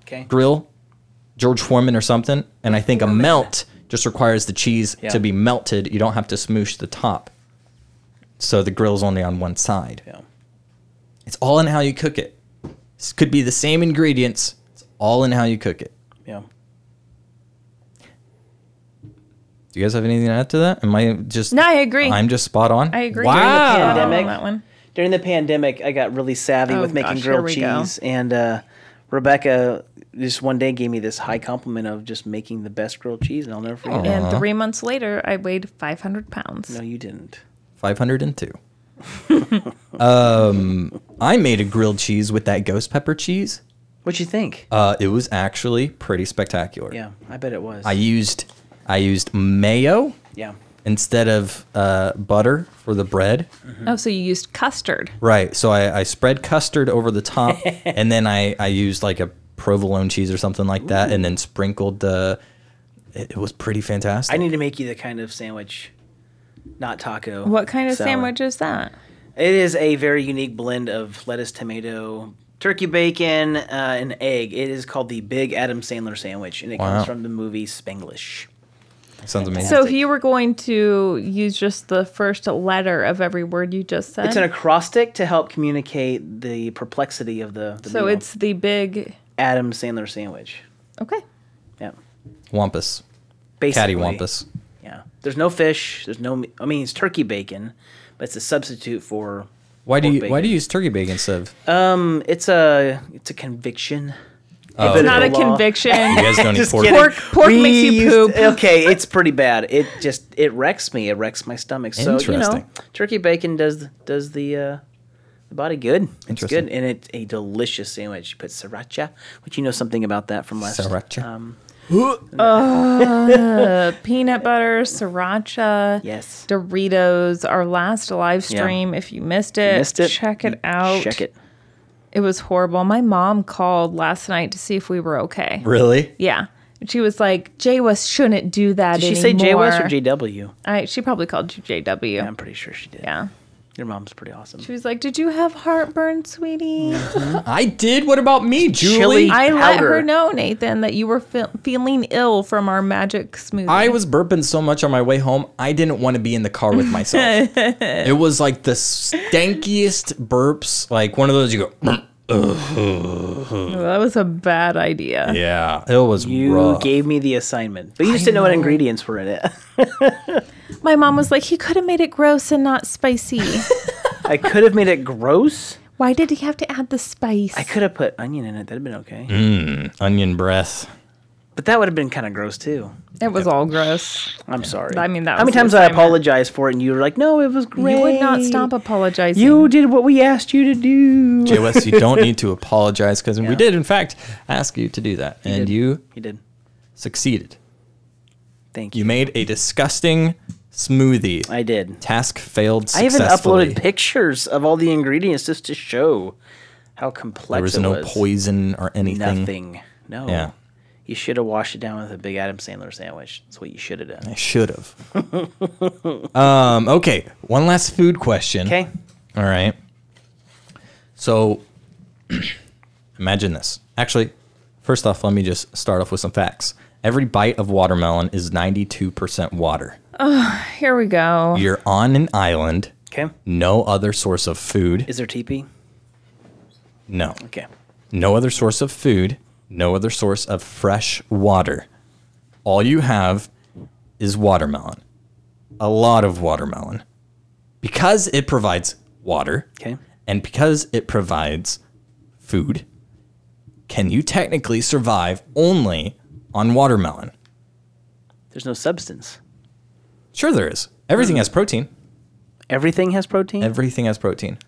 C: Okay.
F: grill, George Foreman or something, and I think a melt just requires the cheese
C: Yeah.
F: to be melted. You don't have to smoosh the top. So the grill's only on one side.
C: Yeah.
F: It's all in how you cook it. This could be the same ingredients. It's all in how you cook it.
C: Yeah.
F: Do you guys have anything to add to that? Am I just
G: No, I agree.
F: I'm just spot on.
G: I agree.
F: Wow.
G: During the
C: Pandemic.
G: pandemic. On that one.
C: During the pandemic, I got really savvy
G: Oh,
C: with making
G: gosh,
C: grilled
G: here we go.
C: cheese, and uh, Rebecca just one day gave me this high compliment of just making the best grilled cheese, and I'll never forget.
F: Oh.
C: it.
F: Uh-huh.
G: And three months later, I weighed 500 pounds.
C: No, you didn't.
F: 502. um, I made a grilled cheese with that ghost pepper cheese.
C: What'd you think?
F: Uh, it was actually pretty spectacular.
C: yeah, I bet it was.
F: I used I used mayo
C: yeah.
F: instead of uh, butter for the bread.
C: Mm-hmm.
G: Oh, so you used custard.
F: Right. So I, I spread custard over the top, and then I I used like a provolone cheese or something like that, and then sprinkled the. It, it was pretty fantastic.
C: I need to make you the kind of sandwich, not taco.
G: What kind of
C: salad.
G: sandwich is that?
C: It is a very unique blend of lettuce, tomato, turkey bacon, uh, and egg. It is called the Big Adam Sandler sandwich, and it
F: Wow.
C: comes from the movie Spanglish.
F: Sounds amazing.
G: So if you were going to use just the first letter of every word you just said,
C: It's an acrostic to help communicate the perplexity of the. the
G: so
C: meal.
G: it's the big.
C: Adam Sandler sandwich.
G: Okay.
C: Yeah,
F: Wampus,
C: basically.
F: catty wampus.
C: Yeah, there's no fish. There's no. I mean, it's turkey bacon, but it's a substitute for.
F: Why do
C: Pork
F: you Why do
C: bacon.
F: you use turkey bacon instead? of-
C: Um, it's a it's a conviction.
F: Oh.
G: It's not a
C: Law.
F: you
G: conviction.
F: guys don't eat
C: Just
F: pork.
C: kidding.
G: Pork- pork
C: We
G: makes you
C: used-
G: poop.
C: okay, it's pretty bad. It just it wrecks me. It wrecks my stomach. So you know,
F: Interesting.
C: turkey bacon does does the uh, the body good. It's
F: Interesting.
C: good, and it's a delicious sandwich. You put sriracha, which you know something about that from last.
F: Sriracha.
C: Um,
G: Peanut butter, sriracha,
C: yes.
G: Doritos. Our last live
C: Yeah.
G: stream. If you missed it,
C: Missed it?
G: check it out.
C: Check it.
G: It was horrible. My mom called last night to see if we were okay.
F: Really?
G: Yeah. She was like, J West shouldn't do that
C: Did she
G: anymore.
C: say J West or JW?
G: I, she probably called you JW.
C: I'm pretty sure she did.
G: yeah.
C: Your mom's pretty awesome.
G: She was like, Did you have heartburn, sweetie?
F: I did. What about me, Julie?
C: Chili
G: I let
C: powder.
G: her know, Nathan, that you were fe- feeling ill from our magic smoothie.
F: I was burping so much on my way home, I didn't want to be in the car with myself. it was like the stankiest burps, like one of those you go,
G: Well, that was a bad idea.
F: Yeah, it was
C: You
F: rough.
C: gave me the assignment, but you just didn't know what ingredients were in it.
G: My mom was like, he could have made it gross and not spicy.
C: I could have made it gross.
G: Why did he have to add the spice?
C: I could have put onion in it. That'd have been okay.
F: Onion breath.
C: But that would have been kind of gross too.
G: it was all gross.
C: I'm sorry.
G: I mean,
C: How
G: that was
C: many
G: the
C: times I
G: assignment.
C: apologized for it, and you were like, "No, it was great."
G: You would not stop apologizing.
C: You did what we asked you to do.
F: JOS, you don't need to apologize because we did, in fact, ask you to do that. and
C: did.
F: you
C: You did.
F: succeeded.
C: Thank you.
F: You made a disgusting smoothie.
C: I did.
F: Task failed
C: I even
F: successfully.
C: uploaded pictures of all the ingredients just to show how complex
F: There was
C: it
F: no
C: was.
F: poison or anything.
C: Nothing. No.
F: Yeah.
C: You should have washed it down with a big Adam Sandler sandwich. That's what you should have done.
F: I should have. um, okay, one last food question.
C: Okay.
F: All right. So imagine this. Actually, first off, let me just start off with some facts. Every bite of watermelon is 92% water.
G: Here we
C: Oh.
G: go.
F: You're on an island,
C: Okay.
F: no other source of food.
C: Is there teepee?
F: No.
C: Okay.
F: No other source of food, no other source of fresh water. All you have is watermelon. A lot of watermelon. Because it provides water,
C: Okay.
F: and because it provides food, can you technically survive only on watermelon?
C: There's no substance.
F: Sure, there is. Everything has protein.
C: Everything has protein.
F: Everything has protein.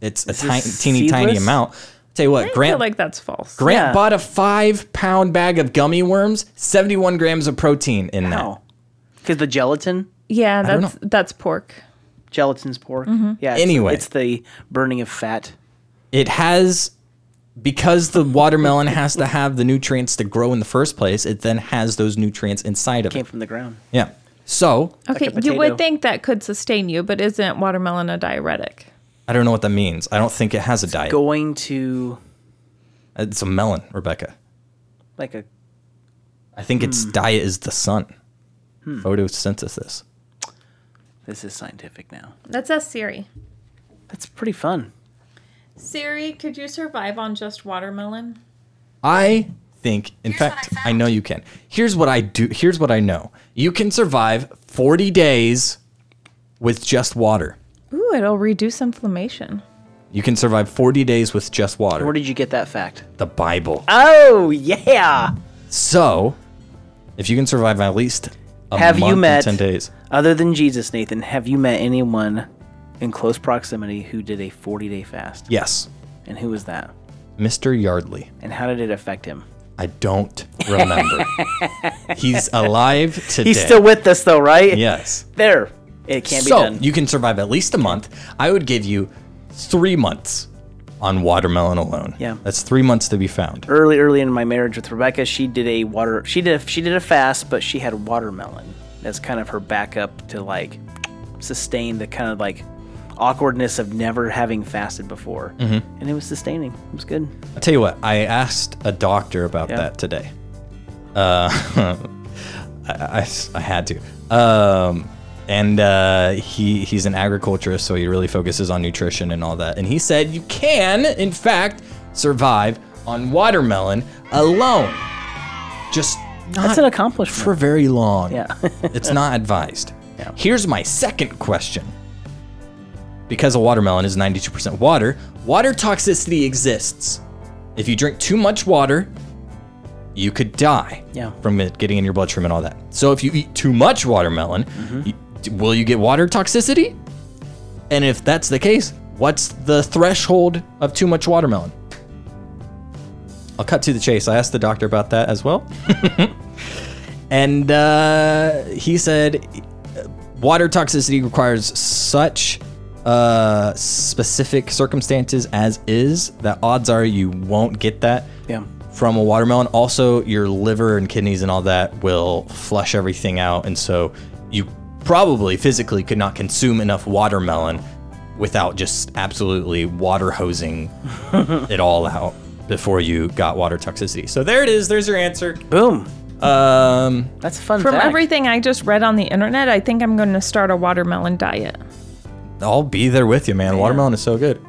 F: It's a tiny,
C: this
F: teeny tiny
C: seedless?
F: amount. tell you what,
G: I feel
F: Grant.
G: like that's false.
F: Grant
C: Yeah.
F: bought a five pound bag of gummy worms, 71 grams of protein in
C: no. Because the gelatin,
G: yeah,
F: don't
G: that's that's pork.
C: gelatin's pork. Yeah. It's,
F: Anyway.
C: it's the burning of fat.
F: that. It has, because the watermelon has to have the nutrients to grow in the first place, it then has those nutrients inside of
C: Came
F: it.
C: from the ground.
F: Yeah. So
C: a
G: Okay, you
C: potato.
G: would think that could sustain you, but isn't watermelon a diuretic?
F: I don't know what that means. I don't think it has a diet.
C: Going to
F: It's a melon, Rebecca.
C: like a
F: I think
C: Hmm.
F: its diet is the sun. Photosynthesis.
C: this is scientific now.
G: That's us, Siri.
C: That's pretty fun.
G: Siri, could you survive on just watermelon?
F: I think, in
A: Here's
F: fact,
A: what I
F: I, know you can. Here's what I do. Here's what I know. You can survive 40 days with just water.
G: Ooh, it'll reduce inflammation.
F: You can survive 40 days with just water.
C: Where did you get that fact?
F: the Bible.
C: Oh yeah.
F: So, if you can survive at least a
C: Have you
F: month and
C: met-
F: 10 days,
C: Other than Jesus, Nathan, have you met anyone in close proximity who did a 40 day fast?
F: yes,
C: And who was that?
F: Mr. Yardley.
C: And how did it affect him?
F: I don't remember. He's alive today.
C: He's still with us, though, right?
F: yes.
C: There. It can't
F: so
C: be done.
F: you can survive at least a month. I would give you three months on watermelon alone.
C: Yeah.
F: that's three months to be found.
C: early, early in my marriage with Rebecca, she did a water. She did. A, she did a fast, but she had watermelon as kind of her backup to like sustain the kind of like awkwardness of never having fasted before. Mm-hmm. And it was sustaining. It was good.
F: I'll tell you what. I asked a doctor about that today. Uh, I, I, I had to. Um, and uh, he he's an agriculturist, so he really focuses on nutrition and all that. And he said you can, in fact, survive on watermelon alone. Just not
C: That's an accomplishment.
F: for very long.
C: Yeah.
F: it's not advised. Here's my second question. Because a watermelon is 92% water, water toxicity exists. If you drink too much water, you could die
C: Yeah.
F: from it getting in your bloodstream and all that. So if you eat too much watermelon,
C: Mm-hmm.
F: you- d- will you get water toxicity? And if that's the case, what's the threshold of too much watermelon? I'll cut to the chase. I asked the doctor about that as well. and uh, he said uh, water toxicity requires such uh, specific circumstances as is that odds are you won't get that
C: Yeah.
F: from a watermelon. Also, your liver and kidneys and all that will flush everything out. And so you probably physically could not consume enough watermelon without just absolutely water hosing it all out before you got water toxicity. So there it is. There's your answer.
C: Boom.
F: Um,
C: That's a fun.
G: From
C: fact.
G: everything I just read on the internet, I think I'm going to start a watermelon diet.
F: I'll be there with you, man. Watermelon is so good.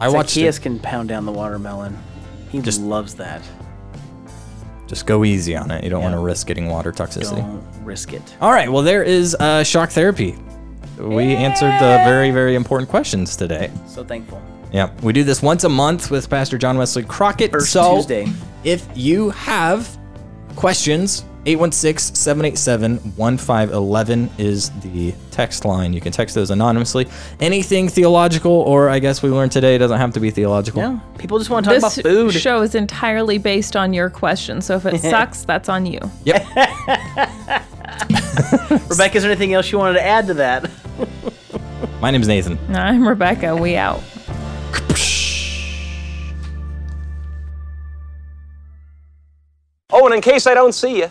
F: I watched
C: Zacchaeus
F: it.
C: can pound down the watermelon. He
F: Just-
C: loves that.
F: Just go easy on it. You don't want to
C: Yeah.
F: risk getting water toxicity.
C: Don't risk it.
F: All right. Well, there is uh, shock therapy. We answered the very, very important questions today.
C: So thankful.
F: Yeah, we do this once a month with Pastor John Wesley Crockett.
C: First
F: so
C: Tuesday.
F: if you have questions, 816-787-1511 is the text line. You can text those anonymously. Anything theological, or I guess we learned today, doesn't have to be theological.
C: Yeah. People just want to talk
G: This
C: about food.
G: show is entirely based on your question, so if it sucks, that's on you.
C: Rebecca, is there anything else you wanted to add to that?
F: My name is Nathan.
G: I'm Rebecca. We out.
H: Oh, and in case I don't see you,